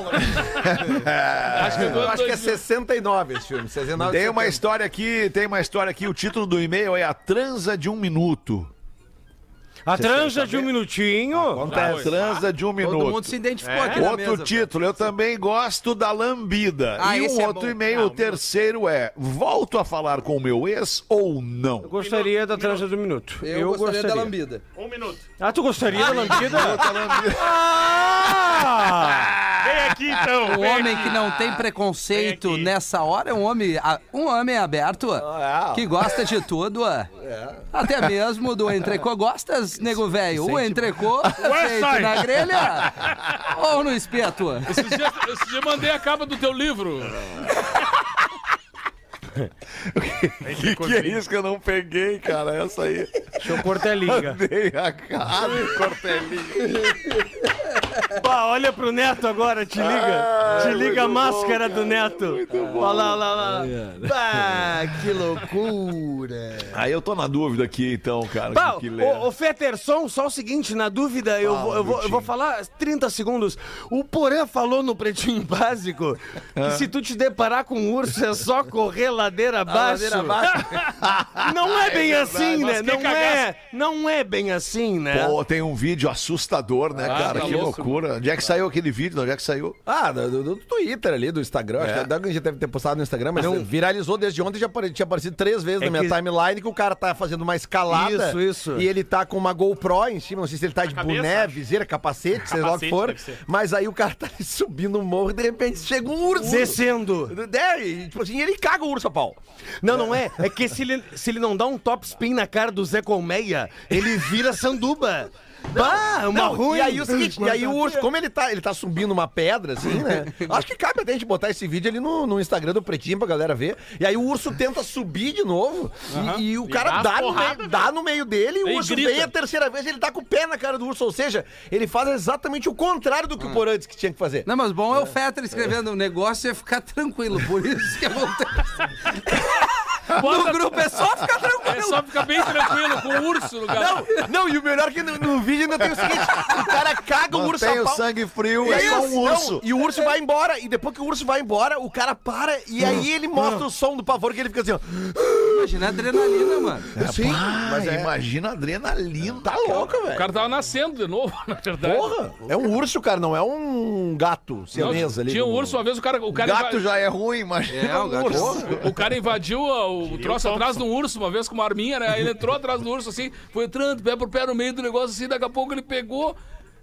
[SPEAKER 8] Eu
[SPEAKER 4] ano
[SPEAKER 8] acho que é
[SPEAKER 4] 2000.
[SPEAKER 8] 69 esse filme. 69,
[SPEAKER 3] Tem uma
[SPEAKER 8] 70.
[SPEAKER 3] história aqui, tem uma história aqui. O título do e-mail é A Transa de um Minuto.
[SPEAKER 6] A transa de um minutinho.
[SPEAKER 3] A Transa de um Minuto.
[SPEAKER 5] Ah, Todo mundo se identificou aqui na
[SPEAKER 3] Outro
[SPEAKER 5] mesa,
[SPEAKER 3] título, eu também gosto da lambida.
[SPEAKER 5] Ah,
[SPEAKER 3] e um
[SPEAKER 5] esse é
[SPEAKER 3] outro
[SPEAKER 5] bom.
[SPEAKER 3] e-mail,
[SPEAKER 5] Não,
[SPEAKER 3] o terceiro é: volto a falar com o meu ex ou não?
[SPEAKER 6] Gostaria da transa
[SPEAKER 9] um
[SPEAKER 6] do minuto.
[SPEAKER 5] velho. Eu, gostaria, da lambida.
[SPEAKER 7] Um minuto.
[SPEAKER 6] Ah, tu gostaria da lambida?
[SPEAKER 7] Vem aqui então.
[SPEAKER 5] Um
[SPEAKER 7] vem
[SPEAKER 5] homem
[SPEAKER 7] aqui.
[SPEAKER 5] que não tem preconceito
[SPEAKER 7] Vem aqui.
[SPEAKER 5] nessa hora é um homem, a- um homem aberto, que gosta de tudo, ó. até mesmo do entrecô. Gostas, nego velho? O entrecô é feito na grelha ou no espeto?
[SPEAKER 4] Esses dias, esses dias eu mandei a capa do teu livro.
[SPEAKER 3] Que que é isso que eu não peguei, cara? Essa aí.
[SPEAKER 6] Deixa eu cortar a liga.
[SPEAKER 3] Dei a cara, cortelinho.
[SPEAKER 6] Pá, olha pro Neto agora,
[SPEAKER 9] Ah.
[SPEAKER 6] te liga. te liga a máscara do Neto. Olha lá, olha lá, olha lá. Bah, que loucura.
[SPEAKER 3] Aí eu tô na dúvida aqui, então, cara.
[SPEAKER 6] Bah,
[SPEAKER 3] que que lê.
[SPEAKER 6] o, o Feterson, só o seguinte, na dúvida, eu, vou, eu, vou, eu vou falar 30 segundos. O Porã falou no Pretinho Básico que se tu te deparar com um urso é só correr ladeira abaixo.
[SPEAKER 5] ladeira abaixo.
[SPEAKER 6] Não é bem assim,
[SPEAKER 4] mas
[SPEAKER 6] né?
[SPEAKER 4] que
[SPEAKER 6] Não é, não é bem assim, né?
[SPEAKER 3] Pô, tem um vídeo assustador, né,
[SPEAKER 5] Ah,
[SPEAKER 3] cara?
[SPEAKER 4] tá
[SPEAKER 3] que
[SPEAKER 4] louco.
[SPEAKER 3] loucura. Onde é que saiu aquele vídeo? Onde é que saiu?
[SPEAKER 8] Ah, do, do- do Twitter ali, do Instagram.
[SPEAKER 6] É.
[SPEAKER 8] Acho que até já deve ter postado no Instagram, mas viralizou desde ontem. Já apare- tinha aparecido três vezes na minha
[SPEAKER 6] É que-
[SPEAKER 8] timeline que o cara tá fazendo uma escalada.
[SPEAKER 6] Isso, isso.
[SPEAKER 8] E ele tá com uma GoPro em cima. Não sei se ele tá de
[SPEAKER 7] cabeça,
[SPEAKER 8] boné,
[SPEAKER 7] acho.
[SPEAKER 8] viseira, capacete, sei lá o que
[SPEAKER 7] Capacete,
[SPEAKER 8] for.
[SPEAKER 7] deve ser.
[SPEAKER 8] Mas aí o cara tá ali subindo um morro e de repente chega um urso.
[SPEAKER 6] Descendo.
[SPEAKER 8] É, e, tipo assim, ele caga o urso a pau.
[SPEAKER 6] Não, não é. É que se ele, se ele não dá um top spin na cara do Zé Colmeia, ele vira sanduba. Bah, uma
[SPEAKER 8] Não,
[SPEAKER 6] ruim.
[SPEAKER 8] E aí, o seguinte, e aí o urso, como ele tá, ele tá subindo uma pedra, assim, né? Acho que cabe até a gente botar esse vídeo ali no, no Instagram do Pretinho pra galera ver. E aí o urso tenta subir de novo e- e, o cara
[SPEAKER 7] dá
[SPEAKER 8] dá,
[SPEAKER 7] as
[SPEAKER 8] no,
[SPEAKER 7] porradas,
[SPEAKER 8] meio, dá no meio dele e o
[SPEAKER 4] E
[SPEAKER 8] urso
[SPEAKER 4] grita.
[SPEAKER 8] vem a terceira vez ele tá com o pé na cara do urso. Ou seja, ele faz exatamente o contrário do que o Porã disse que tinha que fazer.
[SPEAKER 5] Não, mas bom é o Fetter escrevendo um negócio e ficar tranquilo. Por isso que acontece. No grupo é só ficar
[SPEAKER 4] É
[SPEAKER 5] tranquilo.
[SPEAKER 4] só ficar bem tranquilo com o urso no cara.
[SPEAKER 8] Ah, Não, não, e o melhor é que no, no vídeo ainda tem o seguinte: o cara caga o urso a
[SPEAKER 3] Tem o
[SPEAKER 8] pau-
[SPEAKER 3] sangue frio, é só
[SPEAKER 8] Isso,
[SPEAKER 3] um urso.
[SPEAKER 8] não, e o urso vai embora, e depois que o urso vai embora, o cara para e aí ele mostra o som do pavor que ele fica assim, ó.
[SPEAKER 5] Imagina a adrenalina, mano.
[SPEAKER 8] Sim,
[SPEAKER 3] Mas
[SPEAKER 5] é-
[SPEAKER 3] imagina a adrenalina. Tá louco,
[SPEAKER 4] O cara tava nascendo de novo, na verdade.
[SPEAKER 8] Porra! É um urso, cara, não é um gato
[SPEAKER 4] Não,
[SPEAKER 8] siamesa ali.
[SPEAKER 4] tinha um
[SPEAKER 8] como-
[SPEAKER 4] urso uma vez, o cara, o cara,
[SPEAKER 3] Gato
[SPEAKER 4] inva-
[SPEAKER 3] já é ruim, imagina.
[SPEAKER 5] É, o gato.
[SPEAKER 4] o cara invadiu ó, o troço atrás de um urso uma vez com uma arminha, né? Aí Ele entrou atrás do urso assim, foi entrando, pé por pé no meio do negócio assim, daqui a pouco ele pegou,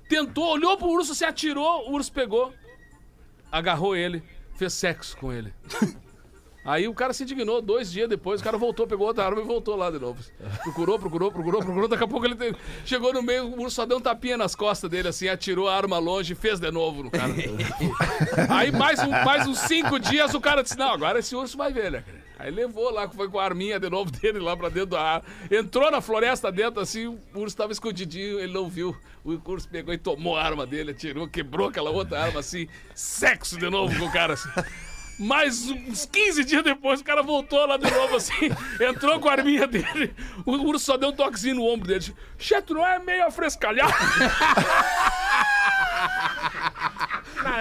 [SPEAKER 4] tentou, olhou pro urso, se atirou, o urso pegou, agarrou ele, fez sexo com ele. Aí o cara se indignou, dois dias depois, o cara voltou, pegou outra arma e voltou lá de novo. Procurou, procurou, procurou, procurou, daqui a pouco ele te- chegou no meio, o urso só deu um tapinha nas costas dele, assim, atirou a arma longe e fez de novo no cara. Aí mais, um, mais uns cinco dias o cara disse, não, agora esse urso vai ver, né? cara?" Aí levou lá, foi com a arminha de novo dele lá pra dentro da área. Entrou na floresta dentro, assim, o urso tava escondidinho, ele não viu. O urso pegou e tomou a arma dele, atirou, quebrou aquela outra arma, assim, sexo de novo com o cara, assim. Mais uns 15 dias depois, o cara voltou lá de novo, assim, entrou com a arminha dele. O urso só deu um toquezinho no ombro dele. Cheto, não é meio afrescalhado?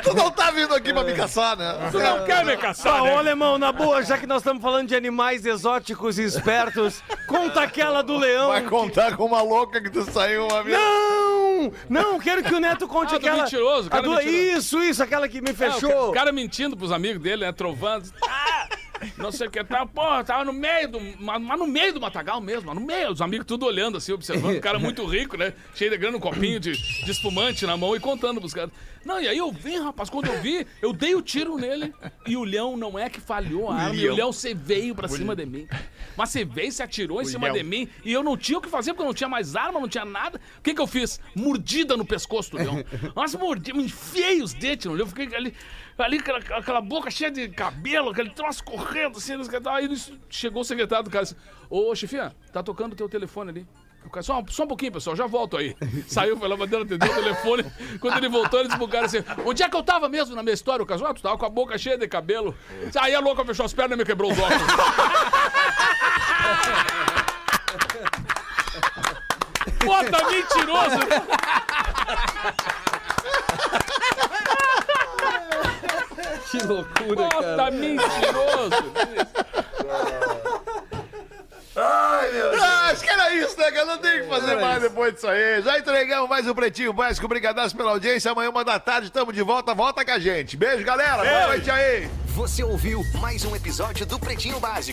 [SPEAKER 3] Tu não tá vindo aqui
[SPEAKER 5] É.
[SPEAKER 3] pra me caçar, né?
[SPEAKER 4] Tu não quer me caçar,
[SPEAKER 9] Tá, ô
[SPEAKER 4] né?
[SPEAKER 9] alemão, na boa, já que nós estamos falando de animais exóticos e espertos, conta aquela do leão.
[SPEAKER 3] Vai contar com uma louca que tu saiu uma vez.
[SPEAKER 9] Não! Não, quero que o Neto conte
[SPEAKER 4] Ah, do
[SPEAKER 9] aquela.
[SPEAKER 4] mentiroso,
[SPEAKER 9] a
[SPEAKER 4] cara
[SPEAKER 9] do...
[SPEAKER 4] mentiroso.
[SPEAKER 9] Isso, isso, aquela que me
[SPEAKER 4] Ah, O ca-
[SPEAKER 9] fechou.
[SPEAKER 4] o cara mentindo pros amigos dele, né? Trovando. Ah, não sei o que tal. Porra, tava no meio do. Mas mas no meio do matagal mesmo, mas no meio. Os amigos tudo olhando assim, observando. O cara muito rico, né? Cheio de grana, um copinho de, de espumante na mão e contando pros caras. Não, e aí eu vi, rapaz, quando eu vi, eu dei o tiro nele. E o leão não é que falhou a arma. E o leão, você veio pra cima de mim. Mas você veio, você atirou em cima de mim. E eu não tinha o que fazer, porque eu não tinha mais arma, não tinha nada. O que que eu fiz? Mordida no pescoço do leão. Mas mordi, me enfiei os dentes no leão. Fiquei ali, ali aquela, aquela boca cheia de cabelo, aquele troço correndo assim. não sei o que. Aí isso- chegou o secretário do cara e disse, ô, chefinha, tá tocando o teu telefone ali. O cara, Só, só um pouquinho, pessoal, já volto aí. Saiu pela bandeira, atendeu o telefone. Quando ele voltou, ele disse pro cara assim: Onde é que eu tava mesmo na minha história? O cara, ah, tu tava com a boca cheia de cabelo. Aí a louca fechou as pernas e me quebrou os óculos. Bota mentiroso!
[SPEAKER 5] Que loucura,
[SPEAKER 4] Bota mentiroso!
[SPEAKER 3] Ah, acho que era isso, né, cara? Não tem o que fazer mais depois disso aí. Já entregamos mais um Pretinho Básico. Obrigadaço pela audiência. Amanhã, uma da tarde, tamo de volta. Volta com a gente. Beijo, galera. Boa noite aí.
[SPEAKER 10] Você ouviu mais um episódio do Pretinho Básico.